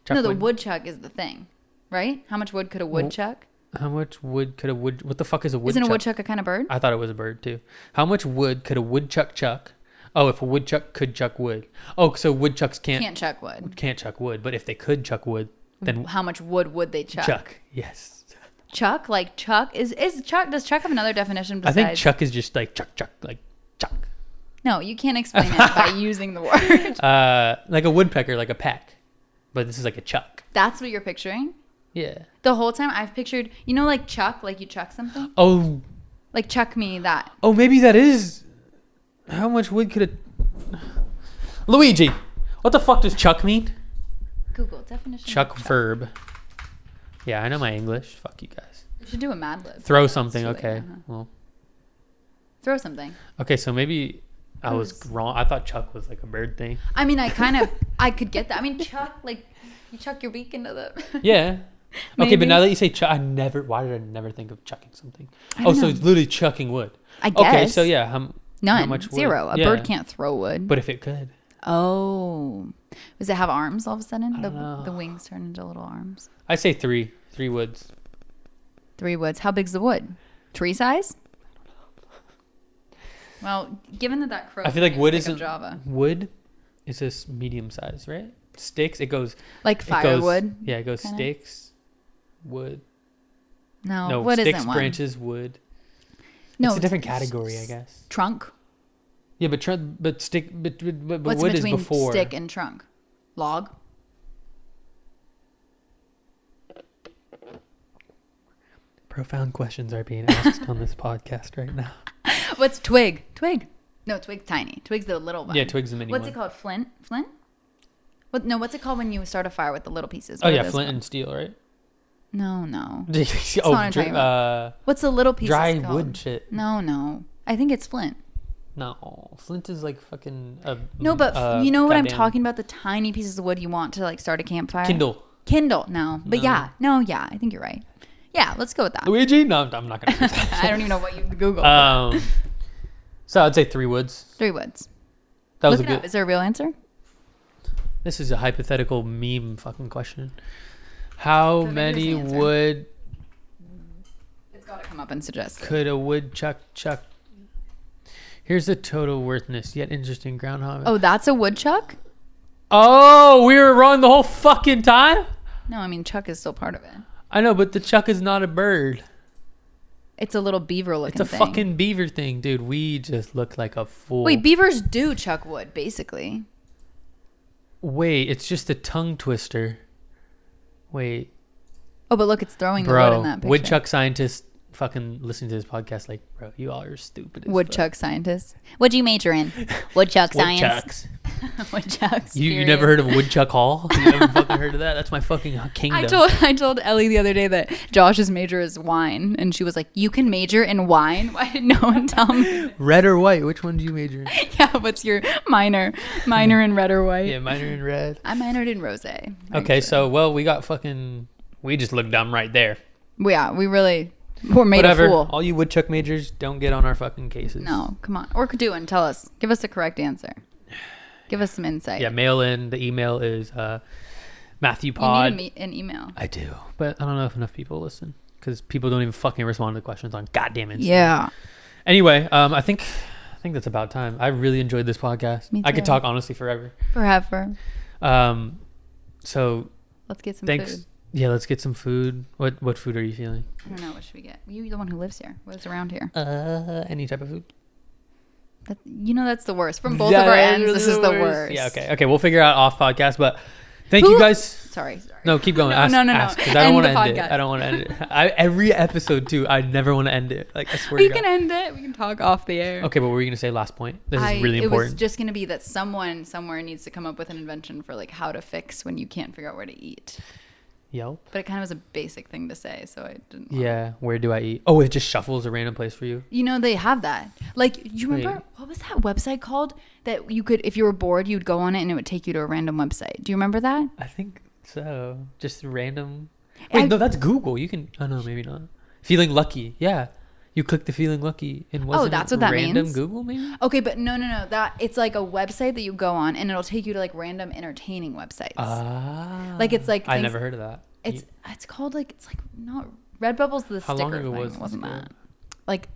Chuck no. The woodchuck is the thing, right? How much wood could a woodchuck? How much wood could a wood? What the fuck is a woodchuck? Isn't a woodchuck a kind of bird? I thought it was a bird too. How much wood could a woodchuck chuck? Oh, if a woodchuck could chuck wood. Oh, so woodchucks can't Can't can't, chuck wood. chuck wood, but if they could chuck wood, then How much wood would they chuck? chuck. Yes. Chuck, like chuck, is is chuck? Does chuck have another definition I besides? think chuck is just like chuck chuck like chuck. No, you can't explain it by using the word. Uh, like a woodpecker, like a pack, but this is like a chuck. That's what you're picturing. Yeah. The whole time I've pictured, you know, like chuck, like you chuck something, Oh, like chuck me that. oh, maybe that is. How much wood could a Luigi? What the fuck does chuck mean? Google definition. Chuck verb. Yeah, I know my English. Fuck you guys. You should do a Mad Lib. Throw something. That's really- Okay. uh-huh. Well. Throw something. Okay, so maybe I was wrong. I thought Chuck was like a bird thing. I mean, I kind of, I could get that. I mean, chuck, like you chuck your beak into the. Yeah. Okay, Maybe. but now that you say Chuck, I never. Why did I never think of chucking something? don't Oh, so know. it's literally chucking wood. I guess. Okay, so yeah, how, m- None. how much wood? Zero. A Yeah. bird can't throw wood. But if it could, oh, does it have arms all of a sudden? The, don't know. the wings turn into little arms. I say three, three woods. Three woods. How big's the wood? Tree size? Well, given that that crow. I feel like wood pick up isn't Java. Wood is this medium size, right? Sticks. It goes. Like It goes, firewood. yeah, it goes kinda? sticks, wood. No, No, what sticks, isn't one? branches, wood. No, it's a different category, I guess. Trunk. Yeah, but tr- but stick but but, but What's wood is between before. stick and trunk? Log. Profound questions are being asked on this podcast right now. What's twig? Twig. No, twig's tiny. Twig's the little one. Yeah, twig's the mini What's one. it called? Flint? Flint? What? No, what's it called when you start a fire with the little pieces? Oh What are yeah, those flint called? and steel, right? No, no. oh, what I'm dri- talking uh, What's the little pieces dry called? wood shit. No, no. I think it's flint. No, flint is like fucking. A, No, but uh, f you know what I'm goddamn talking about? The tiny pieces of wood you want to like start a campfire. Kindle. Kindle. No, but No. yeah, no, yeah. I think you're right. Yeah, let's go with that. Luigi? No, I'm, I'm not gonna. Do that. I don't even know what you Google. um, so I'd say three woods. Three woods. That was Look it a good. up. Is there a real answer? This is a hypothetical meme fucking question. How Don't think many there's an answer. wood It's got to come up and suggest. it. could a woodchuck chuck? Here's the total worthless yet interesting groundhog. Oh, that's a woodchuck? Oh, we were wrong the whole fucking time? No, I mean chuck is still part of it. I know, but the chuck is not a bird. It's a little beaver It's looking. a thing. fucking beaver thing, dude. We just look like a fool. Wait, beavers do chuck wood, basically. Wait, it's just a tongue twister. Wait, Oh, but look, it's throwing the wood in bro. that picture. Woodchuck scientists fucking listen to this podcast like, bro, you all are stupid. as Woodchuck scientist. What'd you major in? Woodchuck fuck." science. Woodchucks. Woodchucks. You, you period. never heard of Woodchuck Hall? You never fucking heard of that? That's my fucking kingdom. I told I told Ellie the other day that Josh's major is wine, and she was like, "You can major in wine? Why did no one tell me?" Red or white? Which one do you major in? yeah, what's your minor? Minor in red or white? Yeah, minor in red. I minored in rosé. Okay, actually. so well, we got fucking. We just looked dumb right there. yeah, we really were made Whatever. a fool. All you woodchuck majors, don't get on our fucking cases. No, come on. Or do and tell us. Give us a correct answer. Give us some insight. Yeah, mail in. The email is uh, Matthew you Pod. need a me- an email. I do, but I don't know if enough people listen because people don't even fucking respond to the questions on goddamn Instagram. Yeah. Anyway, um, I think I think that's about time. I really enjoyed this podcast. Me I could too. talk honestly forever. Forever. Um, so Let's get some thanks. food. Yeah, let's get some food. What what food are you feeling? I don't know. What should we get? You, the one who lives here, what's around here? Uh, any type of food. That, you know that's the worst. From both of our ends, this is the worst. Yeah, okay, okay. We'll figure out off podcast, but thank Who- you guys. Sorry. sorry. No, keep going. No, ask, no, no, no. ask, 'cause I don't End want to the end it. podcast. I don't want to end it. I, every episode too. I never want to end it. Like I swear. we to can God. end it. We can talk off the air. Okay, but what were you gonna say? Last point. This is I- really It was important. just going to be that someone somewhere needs to come up with an invention for like how to fix when you can't figure out where to eat. Yelp. But it kind of was a basic thing to say, so I didn't. wanna- Yeah. Where do I eat? Oh, it just shuffles a random place for you. You know they have that. Like you remember what was that website called that you could, if you were bored, you'd go on it and it would take you to a random website. Do you remember that? I think so. Just random. I- Wait, no, that's Google. You can. Oh no, maybe not. Feeling lucky. Yeah. You click the feeling lucky and wasn't Oh, that's it what that random means? Google maybe? Okay, but no, no, no. That it's like a website that you go on and it'll take you to like random entertaining websites. Ah. Like, it's like I things- never heard of that. it's You- it's called like it's like not Redbubble's the How sticker long ago thing. was it this wasn't ago? that. Like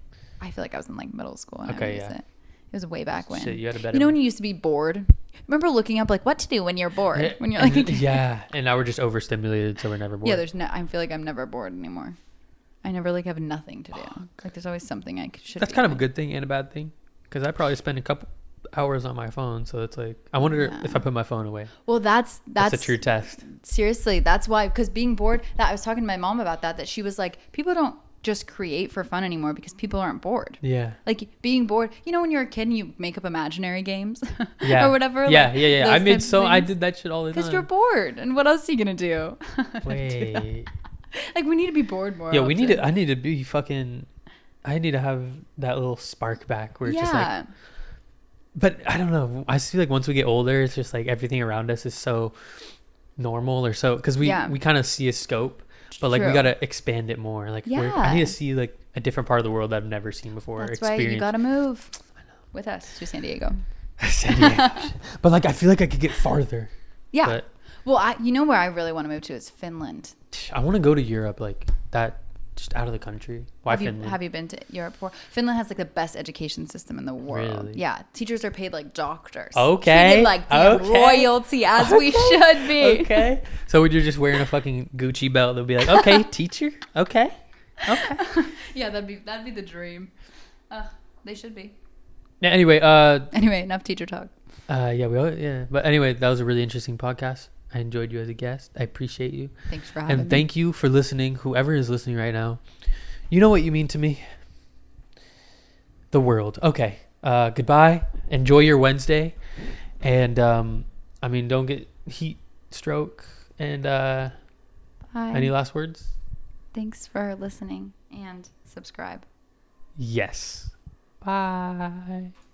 I feel like I was in like middle school and Okay, I used yeah. it. It was way back when. Shit, you had a better You know when one. you used to be bored? Remember looking up like what to do when you're bored? Yeah, When you're and like th- yeah, and now we're just overstimulated, so we're never bored. Yeah, there's no. I feel like I'm never bored anymore. I never like have nothing to do. Like there's always something I could- should. that's be kind of a doing. good thing and a bad thing because I probably spend a couple hours on my phone, so it's like I wonder if I put my phone away. Well, that's That's, that's, a true test. seriously. That's why because being bored. That I was talking to my mom about that. That she was like, people don't just create for fun anymore because people aren't bored. Yeah. Like being bored, you know, when you're a kid and you make up imaginary games Yeah. or whatever. Yeah, like, yeah, yeah. I those made types of so I things. did that shit all the time. Because you're bored, and what else are you gonna do? Wait. like we need to be bored more. Yeah, we need often. to. I need to be fucking. I need to have that little spark back where it's just like. Yeah, But I don't know. I feel like once we get older, it's just like everything around us is so normal or so because we Yeah. we kind of see a scope, but like we True. gotta expand it more. Like we're, I Yeah. need to see like a different part of the world that I've never seen before. or that's why you experienced. gotta move with us to San Diego. San Diego. shit. but like I feel like I could get farther. Yeah. But well, I you know where I really want to move to is Finland. I want to go to Europe like that, just out of the country. Why Have you, Finland? have you been to Europe before? Finland has like the best education system in the world. Really? Yeah, teachers are paid like doctors. Okay, Treated like damn okay, royalty as we okay, should be. Okay. So when you're just wearing a fucking Gucci belt, they'll be like, okay, teacher, okay. Yeah, that'd be that'd be the dream. Uh, they should be. Now, anyway, uh, Anyway, enough teacher talk. uh, yeah, we all, yeah. But anyway, that was a really interesting podcast. I enjoyed you as a guest. I appreciate you, Thanks for having and me. thank you for listening. Whoever is listening right now, you know what you mean to me. The world. Okay. Uh, goodbye. Enjoy your Wednesday, and um, I mean, don't get heat stroke. And uh, Bye. any last words? Thanks for listening and subscribe. Yes. Bye.